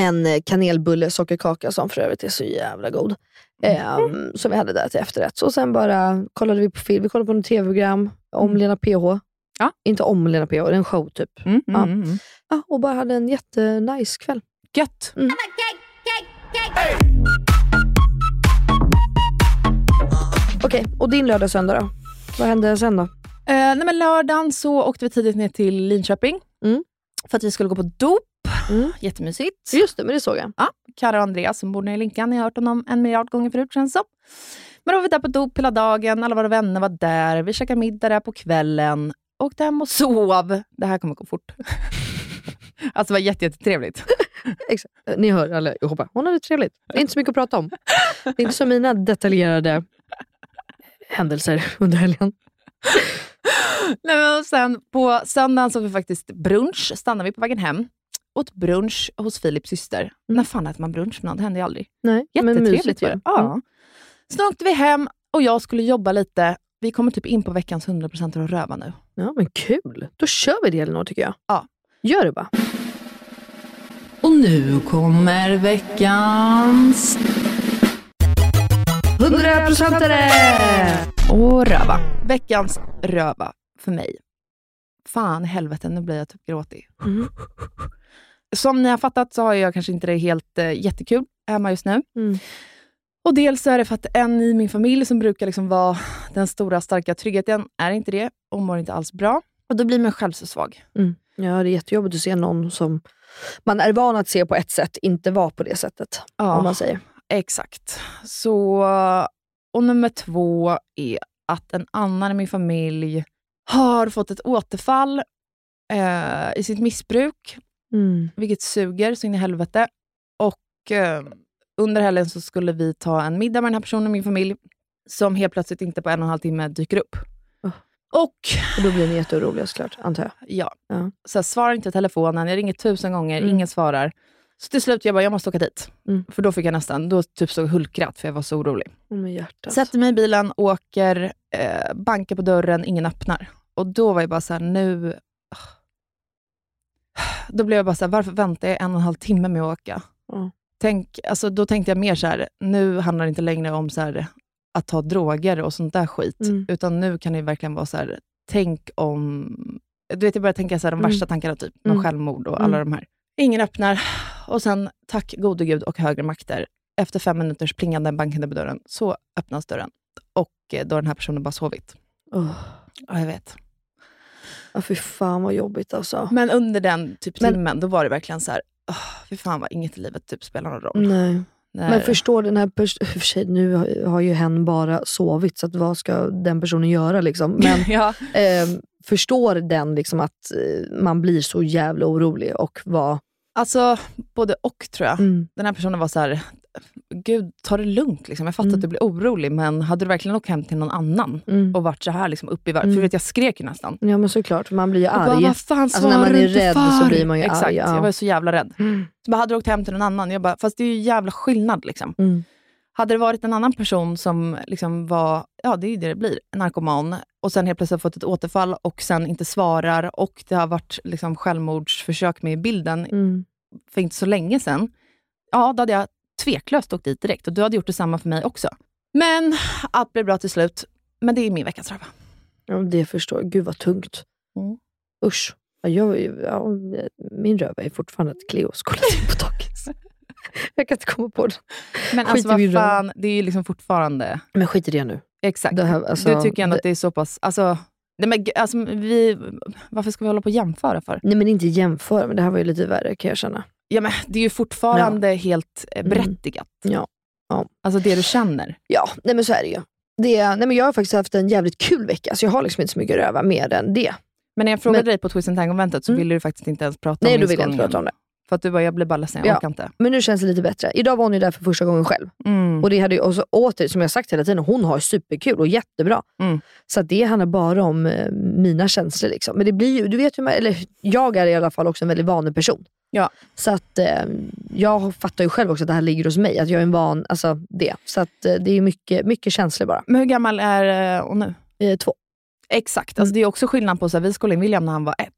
en eh, kanelbulle sockerkaka som för övrigt är så jävla god. Eh, Som vi hade där till efterrätt. Och sen bara kollade vi på film, vi kollade på något tv-program om Lena PH. Ja. Inte om Lena PH, det är en show typ. ja. mm, mm. Ja, och bara hade en jättenice kväll. Gött! Mm. Okej, och din lördag och söndag då? Vad hände sen då? Eh, nej men lördagen så åkte vi tidigt ner till Linköping för att vi skulle gå på dop. Jättemysigt. Just det, men det såg jag. Ja, Kara och Andreas som bor nere i Linkan. Jag har hört honom en miljard gånger förut känns det som. Men då var vi där på dop hela dagen. Alla våra vänner var där. Vi käkade middag där på kvällen. Åkte hem och sov. Det här kommer gå fort. alltså det var jätte, jättetrevligt. Exakt. eh, Ni hör allihopa, hon hade trevligt. Det är inte så mycket att prata om. Det är inte som mina detaljerade händelser under helgen. Nej, men och sen på söndagen så åt vi faktiskt brunch. Stannade vi på vägen hem. Åt brunch hos Philips syster. När fan äter man brunch med någon? Det hände ju aldrig. Nej, Jättetrevligt mysigt var ju. det. Ja. Mm. Sen åkte vi hem och jag skulle jobba lite. Vi kommer typ in på veckans 100% av röva nu. Ja, men kul. Då kör vi det Elinor tycker jag. Ja. Gör det bara. Och nu kommer veckans... 100%are! Och röva. Veckans röva för mig. Fan i helvete, nu blir jag Mm. typ gråtig. Som ni har fattat så har jag kanske inte det helt eh, jättekul hemma just nu. Mm, Och dels så är det för att en i min familj som brukar liksom vara den stora starka tryggheten är inte det och mår inte alls bra. Och då blir man själv så svag. Mm. Ja, det är jättejobbigt att se någon som man är van att se på ett sätt inte vara på det sättet. Ja, om man säger. Exakt. Så, och nummer två är att en annan i min familj har fått ett återfall eh, i sitt missbruk, Mm. vilket suger så in i helvete. Och eh, under helgen så skulle vi ta en middag med den här personen i min familj, som helt plötsligt inte på en och en halv timme dyker upp. Och, då blir ni jätteoroliga såklart, antar jag. Ja. Så jag svarar inte telefonen, jag ringer tusen gånger, ingen svarar. Så till slut, jag bara, jag måste åka dit. För då fick jag nästan, då typ så hulkrat för jag var så orolig. Oh, men hjärtat. Sätter mig i bilen, åker, eh, bankar på dörren, ingen öppnar. Och då var jag bara så här, nu... Då blev jag bara så här, varför väntar jag en och en halv timme med att åka? Mm. Tänk, alltså, då tänkte jag mer så här, nu handlar det inte längre om så här, att ta droger och sånt där skit, Mm. utan nu kan det verkligen vara så här, tänk om... Du vet, jag började tänka så här, de Mm. värsta tankarna, typ med Mm. självmord och alla Mm. de här. Ingen öppnar. Och sen, tack gode gud och högre makter, efter fem minuters plingande bankande på dörren, så öppnas dörren. Och eh, då har den här personen bara sovit. Oh. Ja, jag vet. Ja, fy fan vad jobbigt alltså. Men under den typ Men- timmen, då var det verkligen så här, oh, fy fan vad inget i livet typ spelar någon Nej. roll. När- Mm. Men förstår den här personen, för sig, nu har- har ju hen bara sovit, så att vad ska den personen göra? Liksom? Men ja. eh, förstår den liksom att eh, man blir så jävla orolig och vad... Alltså, både och tror jag. Mm. Den här personen var så här, gud ta det lugnt. Liksom. Jag fattar Mm. att du blir orolig, men hade du verkligen åkt hem till någon annan och varit så här liksom, upp i varv? Mm. För du vet, jag skrek ju nästan. Ja men såklart, man blir ju Jag bara, arg. vad fan alltså, när man svarar du är inte rädd för? så blir man ju Exakt, arg. ja. Mm. jag var så jävla rädd. Så bara, hade du åkt hem till någon annan? Jag bara, fast det är ju jävla skillnad. Liksom. Mm. Hade det varit en annan person som liksom var, ja det är ju det det blir, en narkoman, och sen helt plötsligt fått ett återfall och sen inte svarar och det har varit liksom självmordsförsök med i bilden mm. för inte så länge sedan, ja då hade jag tveklöst åkt dit direkt och du hade gjort detsamma för mig också. Men allt blev bra till slut. Men det är min veckans röva. Ja, det förstår jag. Gud vad tungt. Mm. Usch. Ja, jag, ja, min röva är fortfarande att Cleo skulle till på dagis. jag kan inte komma på det. Men Skit alltså i min vad röva. fan, det är ju liksom fortfarande... Men skit i det nu. Exakt. Det här, alltså, du tycker ändå att det är så pass... Alltså, nej men, g- alltså, vi, varför ska vi hålla på och jämföra för? Nej men inte jämföra, men det här var ju lite värre kan jag känna. Ja, men, det är ju fortfarande helt eh, berättigat. Mm. Ja. ja. Alltså det du känner. Ja, nej men så är det ju. Det, nej men jag har faktiskt haft en jävligt kul vecka, så jag har liksom inte så mycket att röva mer än det. Men när jag frågade Men- Mm. dig på Twist and Tango-eventet så ville du faktiskt inte ens prata Nej, om då vill jag inte inskolningen. prata om det. För att du bara, jag blir bara ledsen, jag Ja. orkar inte. Men nu känns det lite bättre. Idag var hon ju där för första gången själv. Mm. Och det hade ju, och så, åter, som jag sagt hela tiden, hon har superkul och jättebra. Mm. Så att det handlar bara om eh, mina känslor. Liksom. Men det blir ju, du vet hur man, eller jag är i alla fall också en väldigt vanlig person. Ja. Så att eh, jag fattar ju själv också att det här ligger hos mig, att jag är en van, alltså det. Så att eh, det är mycket, mycket känslor bara. Men hur gammal är eh, hon nu? två. Exakt, alltså, det är också skillnad på så här, vi skolade in William när han var ett.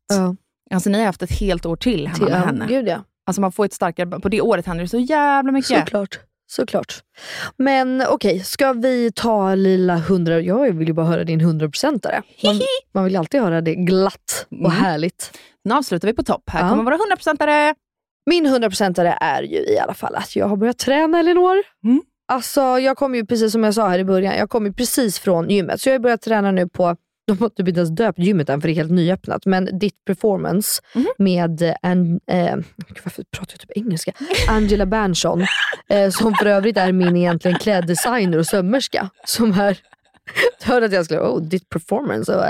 Alltså ni har haft ett helt år till hemma Till- med ja, henne. gud, ja. Alltså man får ett starkare, på det året händer det så jävla mycket. Såklart. Såklart. Men okej, ska vi ta lilla hundra... Jag vill ju bara höra din hundraprocentare. Man, man vill ju alltid höra det glatt och härligt. Nu avslutar vi på topp. Här Ja. kommer våra hundraprocentare. Min hundraprocentare är ju i alla fall att jag har börjat träna Elinor. Mm. Alltså jag kom ju precis som jag sa här i början, jag kom ju precis från gymmet. Så jag har börjat träna nu på, de har typ inte ens döpt gymmet än för det är helt nyöppnat, men Ditt Performance Mhm. med eh, en, eh, gud, varför pratar jag typ engelska? Angela Bernson, eh, som för övrigt är min egentligen kläddesigner och sömmerska. Som är Hörde att jag skulle, oh, ditt performance. Och,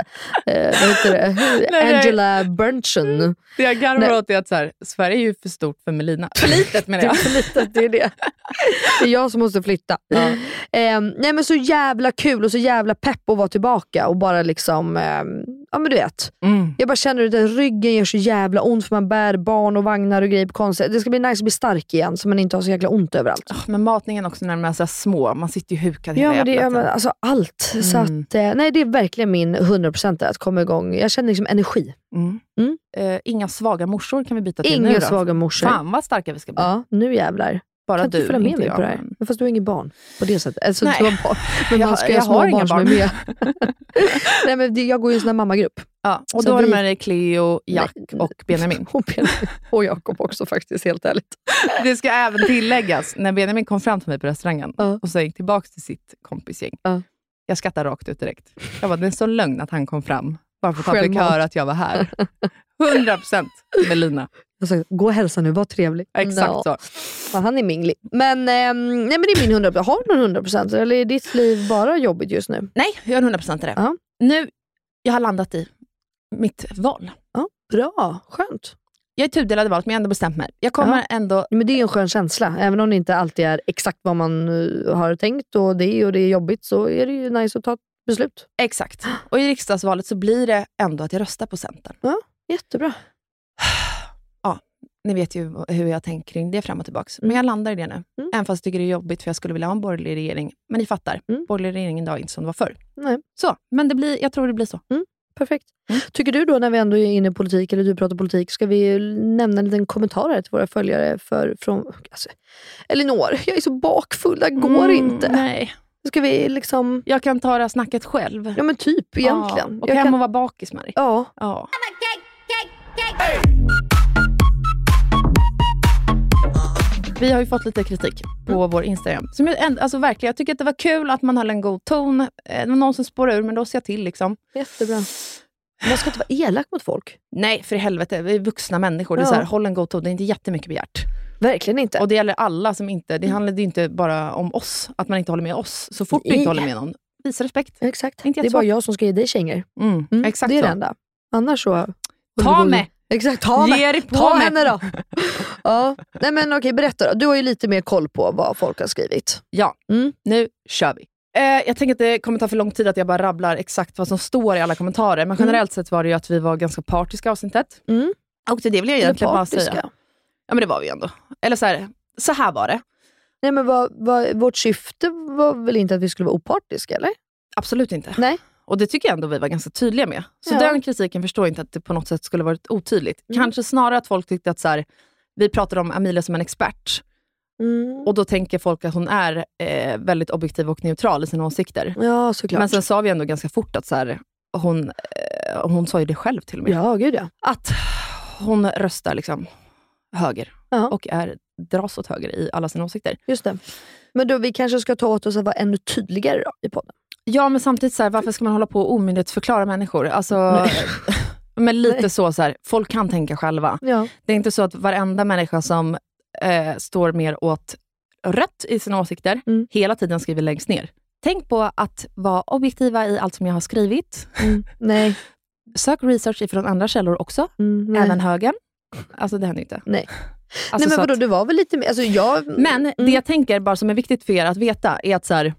eh, vad heter det? nej. Angela Bernson. Det jag Nej. garvar åt är att så här, Sverige är ju för stort för Melina. För litet menar jag. Det är för litet, det är det. Det är jag som måste flytta. Ehm, nej men så jävla kul och så jävla pepp att vara tillbaka och bara liksom, ehm, ja men du vet. Jag bara känner att ryggen gör så jävla ont för man bär barn och vagnar och grejer på konstigt. Det ska bli nice att bli stark igen så man inte har så jäkla ont överallt. Men matningen också när de är så här små, man sitter ju hukad Ja hela men det jävla gör man, tiden. alltså allt. Så att, eh, nej det är verkligen min 100% att komma igång. Jag känner liksom energi. Eh, inga svaga morsor kan vi byta till Mm. Inga nu då. svaga morsor. Fan vad starka vi ska bli. Ja, nu jävlar. Bara kan inte du, följa med inte mig jag, på det här? men- Men fast du har inget barn på det sättet. Alltså, Nej. Du har barn. Men Jag- man ska ju jag ha små har inga barn som är barn. med. Nej, men det- jag går ju i en sån här mammagrupp. Ja, och Så då har du vi- med dig Cleo, Jack och Benjamin. Och, Benjamin. och Jakob också faktiskt, helt ärligt. Det ska även tilläggas, när Benjamin kom fram till mig på restaurangen och sen gick tillbaka till sitt kompisgäng. Jag skrattade rakt ut direkt. Jag bara, det är en sån lögn att han kom fram bara för att han fick Självmant. höra att jag var här. 100 procent med Lina. Jag sa, gå och hälsa nu, var trevlig. Exakt Nå. så. Fan, han är minglig. Men, ehm, nej, men det är min 100%. Har du någon 100% eller är ditt liv bara jobbigt just nu? Nej, jag är en 100% det. Nu, jag har landat i mitt val. Ja, bra, skönt. Jag är tudelad i valet, men jag har ändå bestämt mig. Jag kommer ändå... Men det är ju en skön känsla, även om det inte alltid är exakt vad man eh, har tänkt och det, är- och det är jobbigt så är det ju nice att ta ett beslut. Exakt. Och i riksdagsvalet så blir det ändå att jag röstar på Centern. Ja, jättebra. Ja, ni vet ju hur jag tänker kring det fram och tillbaka. Mm. Men jag landar i det nu. Även fast jag tycker det är jobbigt för jag skulle vilja ha en borgerlig regering. Men ni fattar, borgerlig regering idag är inte som det var förr. Mm. Nej. Så, men det blir, jag tror det blir så. Perfekt. Mm. Tycker du då, när vi ändå är inne i politik, eller du pratar politik, ska vi ju nämna en liten kommentar här till våra följare för, från alltså, Elinor? Jag är så bakfull, det här går Mm. inte. Nej. Ska vi liksom... Jag kan ta det här snacket själv. Ja men typ egentligen. Ja, och Jag hem kan- och vara bakis med dig. Ja. ja. Vi har ju fått lite kritik på Mm. vår Instagram. Som jag, änd- alltså verkligen, jag tycker att det var kul att man höll en god ton. Eh, Det var någon som spårade ur, men då ser jag till. liksom. Jättebra. Man ska inte vara elak mot folk. Nej, för i helvete. Vi är vuxna människor. Det är Ja. så här, håll en god ton. Det är inte jättemycket begärt. Verkligen inte. Och det gäller alla som inte... Mm. Det handlar ju inte bara om oss, att man inte håller med oss. Så fort du Nej. inte håller med någon, visa respekt. Exakt. Inte det är bara jättesvårt. jag som ska ge dig kängor. Mm, exakt det är så. det enda. Annars så... Ta mig! Exakt, ta Ge mig. dig på Ta mig. henne då. ja. Nej men okej, berätta då. Du har ju lite mer koll på vad folk har skrivit. Ja, nu kör vi. Mm. Eh, jag tänker att det kommer ta för lång tid att jag bara rabblar exakt vad som står i alla kommentarer, men generellt sett var det ju att vi var ganska partiska i avsnittet. Och till det vill jag Eller egentligen bara partiska. säga. Ja men det var vi ju ändå. Eller så här, så här var det. Nej men vad, vad, vårt syfte var väl inte att vi skulle vara opartiska eller? Absolut inte. Nej. Och det tycker jag ändå vi var ganska tydliga med. Så Ja. den kritiken förstår jag inte att det på något sätt skulle varit otydligt. Kanske snarare att folk tyckte att så här, vi pratade om Amelia som en expert. Mm. Och då tänker folk att hon är eh, väldigt objektiv och neutral i sina åsikter. Ja, såklart. Men sen sa vi ändå ganska fort att så här, hon, eh, hon sa ju det själv till och med. Ja, gud ja. Att hon röstar liksom höger och är, dras åt höger i alla sina åsikter. Just det. Men då, vi kanske ska ta åt oss att vara ännu tydligare då, i podden. Ja, men samtidigt, så här, varför ska man hålla på och omyndighetsförklara människor? Alltså, men lite så, så här, folk kan tänka själva. Ja. Det är inte så att varenda människa som eh, står mer åt rött i sina åsikter, hela tiden skriver längst ner. Tänk på att vara objektiva i allt som jag har skrivit. Mm. Nej. Mm, Sök research ifrån andra källor också, nej. även högern. Alltså det händer ju inte. Nej. Alltså, Nej så men att- vadå, Mm. du var väl lite mer... Alltså, jag... men det jag tänker, bara som är viktigt för er att veta, är att så här,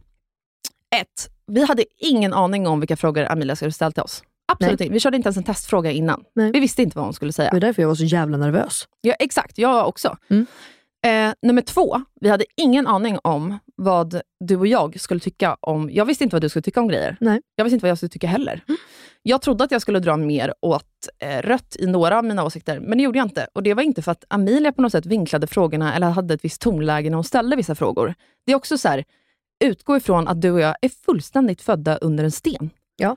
ett, vi hade ingen aning om vilka frågor Amelia skulle ställa till oss. Absolut Nej. inte. Vi körde inte ens en testfråga innan. Vi visste inte vad hon skulle säga. Det var därför jag var så jävla nervös. Ja, exakt, jag också. Mm. Eh, nummer två, vi hade ingen aning om vad du och jag skulle tycka om... Jag visste inte vad du skulle tycka om grejer. Nej. Jag visste inte vad jag skulle tycka heller. Jag trodde att jag skulle dra mer åt eh, rött i några av mina åsikter, men det gjorde jag inte. Och Det var inte för att Amelia på något sätt vinklade frågorna eller hade ett visst tonläge när hon ställde vissa frågor. Det är också så här, utgå ifrån att du och jag är fullständigt födda under en sten. Mm. Ja.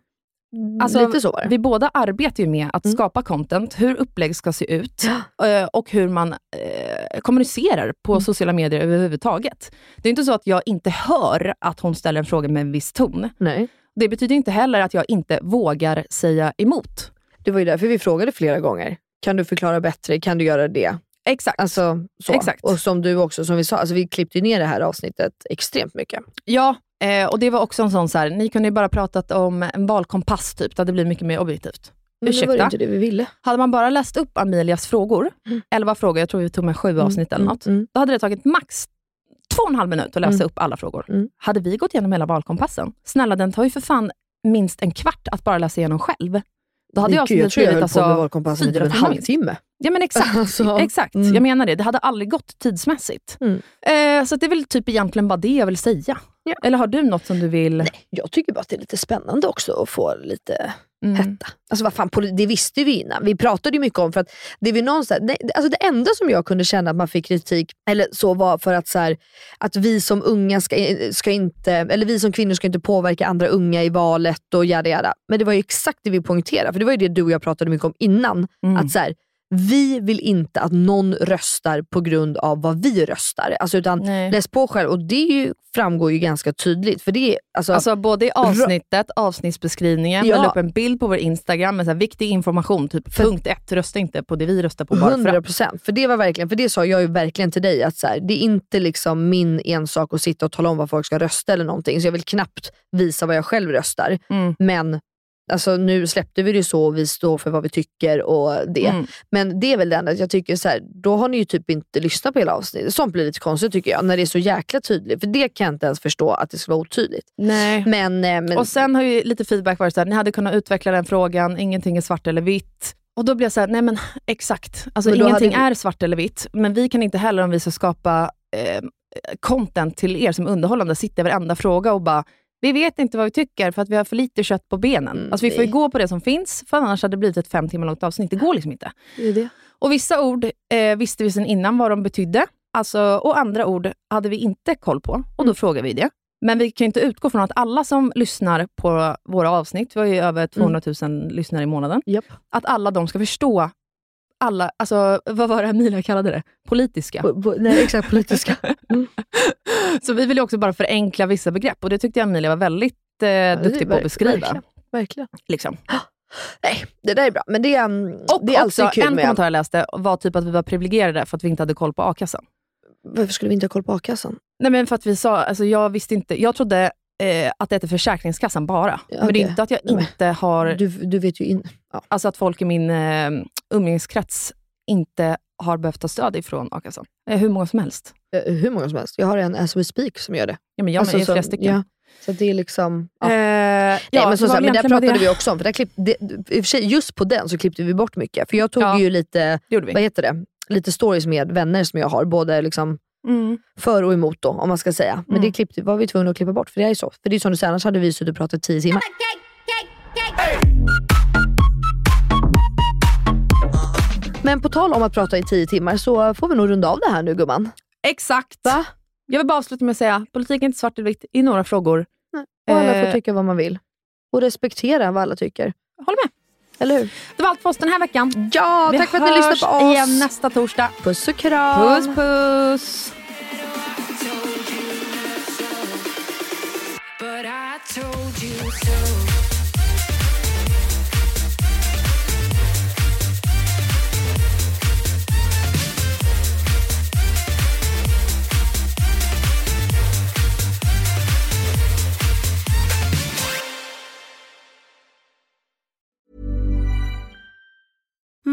lite så var det. Vi båda arbetar ju med att skapa content, hur upplägg ska se ut eh, och hur man eh, kommunicerar på sociala medier överhuvudtaget. Det är inte så att jag inte hör att hon ställer en fråga med en viss ton. Nej. Det betyder inte heller att jag inte vågar säga emot. Det var ju därför vi frågade flera gånger. Kan du förklara bättre? Kan du göra det? Exakt. Alltså, så. Exakt. Och som du också, som vi sa, alltså, vi klippte ju ner det här avsnittet extremt mycket. Ja, eh, och det var också en sån så här, ni kunde ju bara pratat om en valkompass typ, det hade blivit mycket mer objektivt. Men det Ursäkta? var ju typ- Mm. inte det vi ville. Hade man bara läst upp Amelias frågor, elva frågor, jag tror vi tog med sju Mm, avsnitt eller något, då hade det tagit max två och en halv minut att läsa Mm. upp alla frågor. Hade vi gått igenom hela valkompassen, snälla den tar ju för fan minst en kvart att bara läsa igenom själv. Då hade Gud, jag jag avsnittet tror jag blivit höll på med alltså valkompassen i typ fyra en timmar minst. halvtimme. Ja men exakt. Alltså, exakt. mm. Jag menar det. Det hade aldrig gått tidsmässigt. Eh, så att det är väl typ egentligen bara det jag vill säga. Eller har du något som du vill... Nej, jag tycker bara att det är lite spännande också att få lite Mm. hetta. Alltså vad fan, poli- det visste vi innan. Vi pratade ju mycket om, för att det vi någonstans, nej, alltså det enda som jag kunde känna att man fick kritik, eller så var för att, så här, att vi som unga ska, ska inte, eller vi som kvinnor ska inte påverka andra unga i valet och yada yada. Men det var ju exakt det vi poängterade, för det var ju det du och jag pratade mycket om innan. Mm. Att så här, vi vill inte att någon röstar på grund av vad vi röstar. Alltså, utan Nej. läs på själv och det är ju, framgår ju ganska tydligt. För det är, alltså, Alltså både i avsnittet, avsnittsbeskrivningen, jag Ja. la upp en bild på vår Instagram med så här viktig information, typ punkt ett, rösta inte på det vi röstar på bara för Hundra att. procent. För det var verkligen, för det sa jag ju verkligen till dig, att så här, det är inte liksom min ensak att sitta och tala om vad folk ska rösta eller någonting. Så jag vill knappt visa vad jag själv röstar. Mm. Men alltså, nu släppte vi det så och vi står för vad vi tycker och det. Mm. Men det är väl det enda, att jag tycker så här, då har ni ju typ inte lyssnat på hela avsnittet. Sånt blir lite konstigt tycker jag, när det är så jäkla tydligt. För det kan jag inte ens förstå att det ska vara otydligt. Nej. Men, eh, men Och sen har ju lite feedback varit såhär, ni hade kunnat utveckla den frågan, ingenting är svart eller vitt. Och då blir jag såhär, nej men exakt. Alltså Men då ingenting hade vi- är svart eller vitt, men vi kan inte heller om vi ska skapa eh, content till er som är underhållande, sitta i varenda fråga och bara, vi vet inte vad vi tycker för att vi har för lite kött på benen. alltså vi får ju Mm, nej. gå på det som finns, för annars hade det blivit ett fem timmar långt avsnitt. Det går liksom inte. det är det. Och vissa ord eh, visste vi sedan innan vad de betydde. Alltså, och andra ord hade vi inte koll på Mm. och då frågar vi det. Men vi kan ju inte utgå från att alla som lyssnar på våra avsnitt, vi har ju Mm. över 200 000 lyssnare i månaden, att alla de ska förstå alla, alltså vad var det Emilia kallade det? Politiska. nej, exakt, politiska. Så vi vill ju också bara förenkla vissa begrepp och det tyckte jag Emilia var väldigt eh, duktig på att verk- beskriva. verkligen, Verkligen. Liksom. Det där är bra, men det är, mm, Och det är också, alltid kul en med kommentar jag läste var typ att vi var privilegierade för att vi inte hade koll på a-kassan. Varför skulle vi inte ha koll på a-kassan? Nej men för att vi sa, alltså jag visste inte, jag trodde eh, att det hette Försäkringskassan bara. Men det är okej. inte att jag inte har... Du, vet ju in, Alltså att folk i min eh, umgängeskrets inte har behövt ta stöd ifrån a-kassan. Eh, hur många som helst. Eh, Hur många som helst. Jag har en as we speak som gör det. Ja, men jag med, det är Alltså, så- flera stycken. Ja. Så det är liksom... Ja. Nej, ja, men så som var sagt, men väl där egentligen bara pratade det. vi också om. För där klipp, det, I och för sig, just på den så klippte vi bort mycket. För jag tog ju lite, vad heter det? Lite stories med vänner som jag har. Både liksom Mm. för och emot då, om man ska säga. Men Mm. det klippte, var vi tvungna att klippa bort. För det är ju så. För det är som du säger, annars hade vi suttit och pratat tio timmar. Men på tal om att prata i tio timmar så får vi nog runda av det här nu gumman. Exakt. Jag vill bara avsluta med att säga, politik är inte svart eller vitt i några frågor. Och alla Eh, får tycka vad man vill. Och respektera vad alla tycker. Håller med. Eller hur? Det var allt för oss den här veckan. Ja, Vi tack för att ni lyssnade på hörs oss. igen nästa torsdag. Puss och kram. Puss, puss. But I told you so.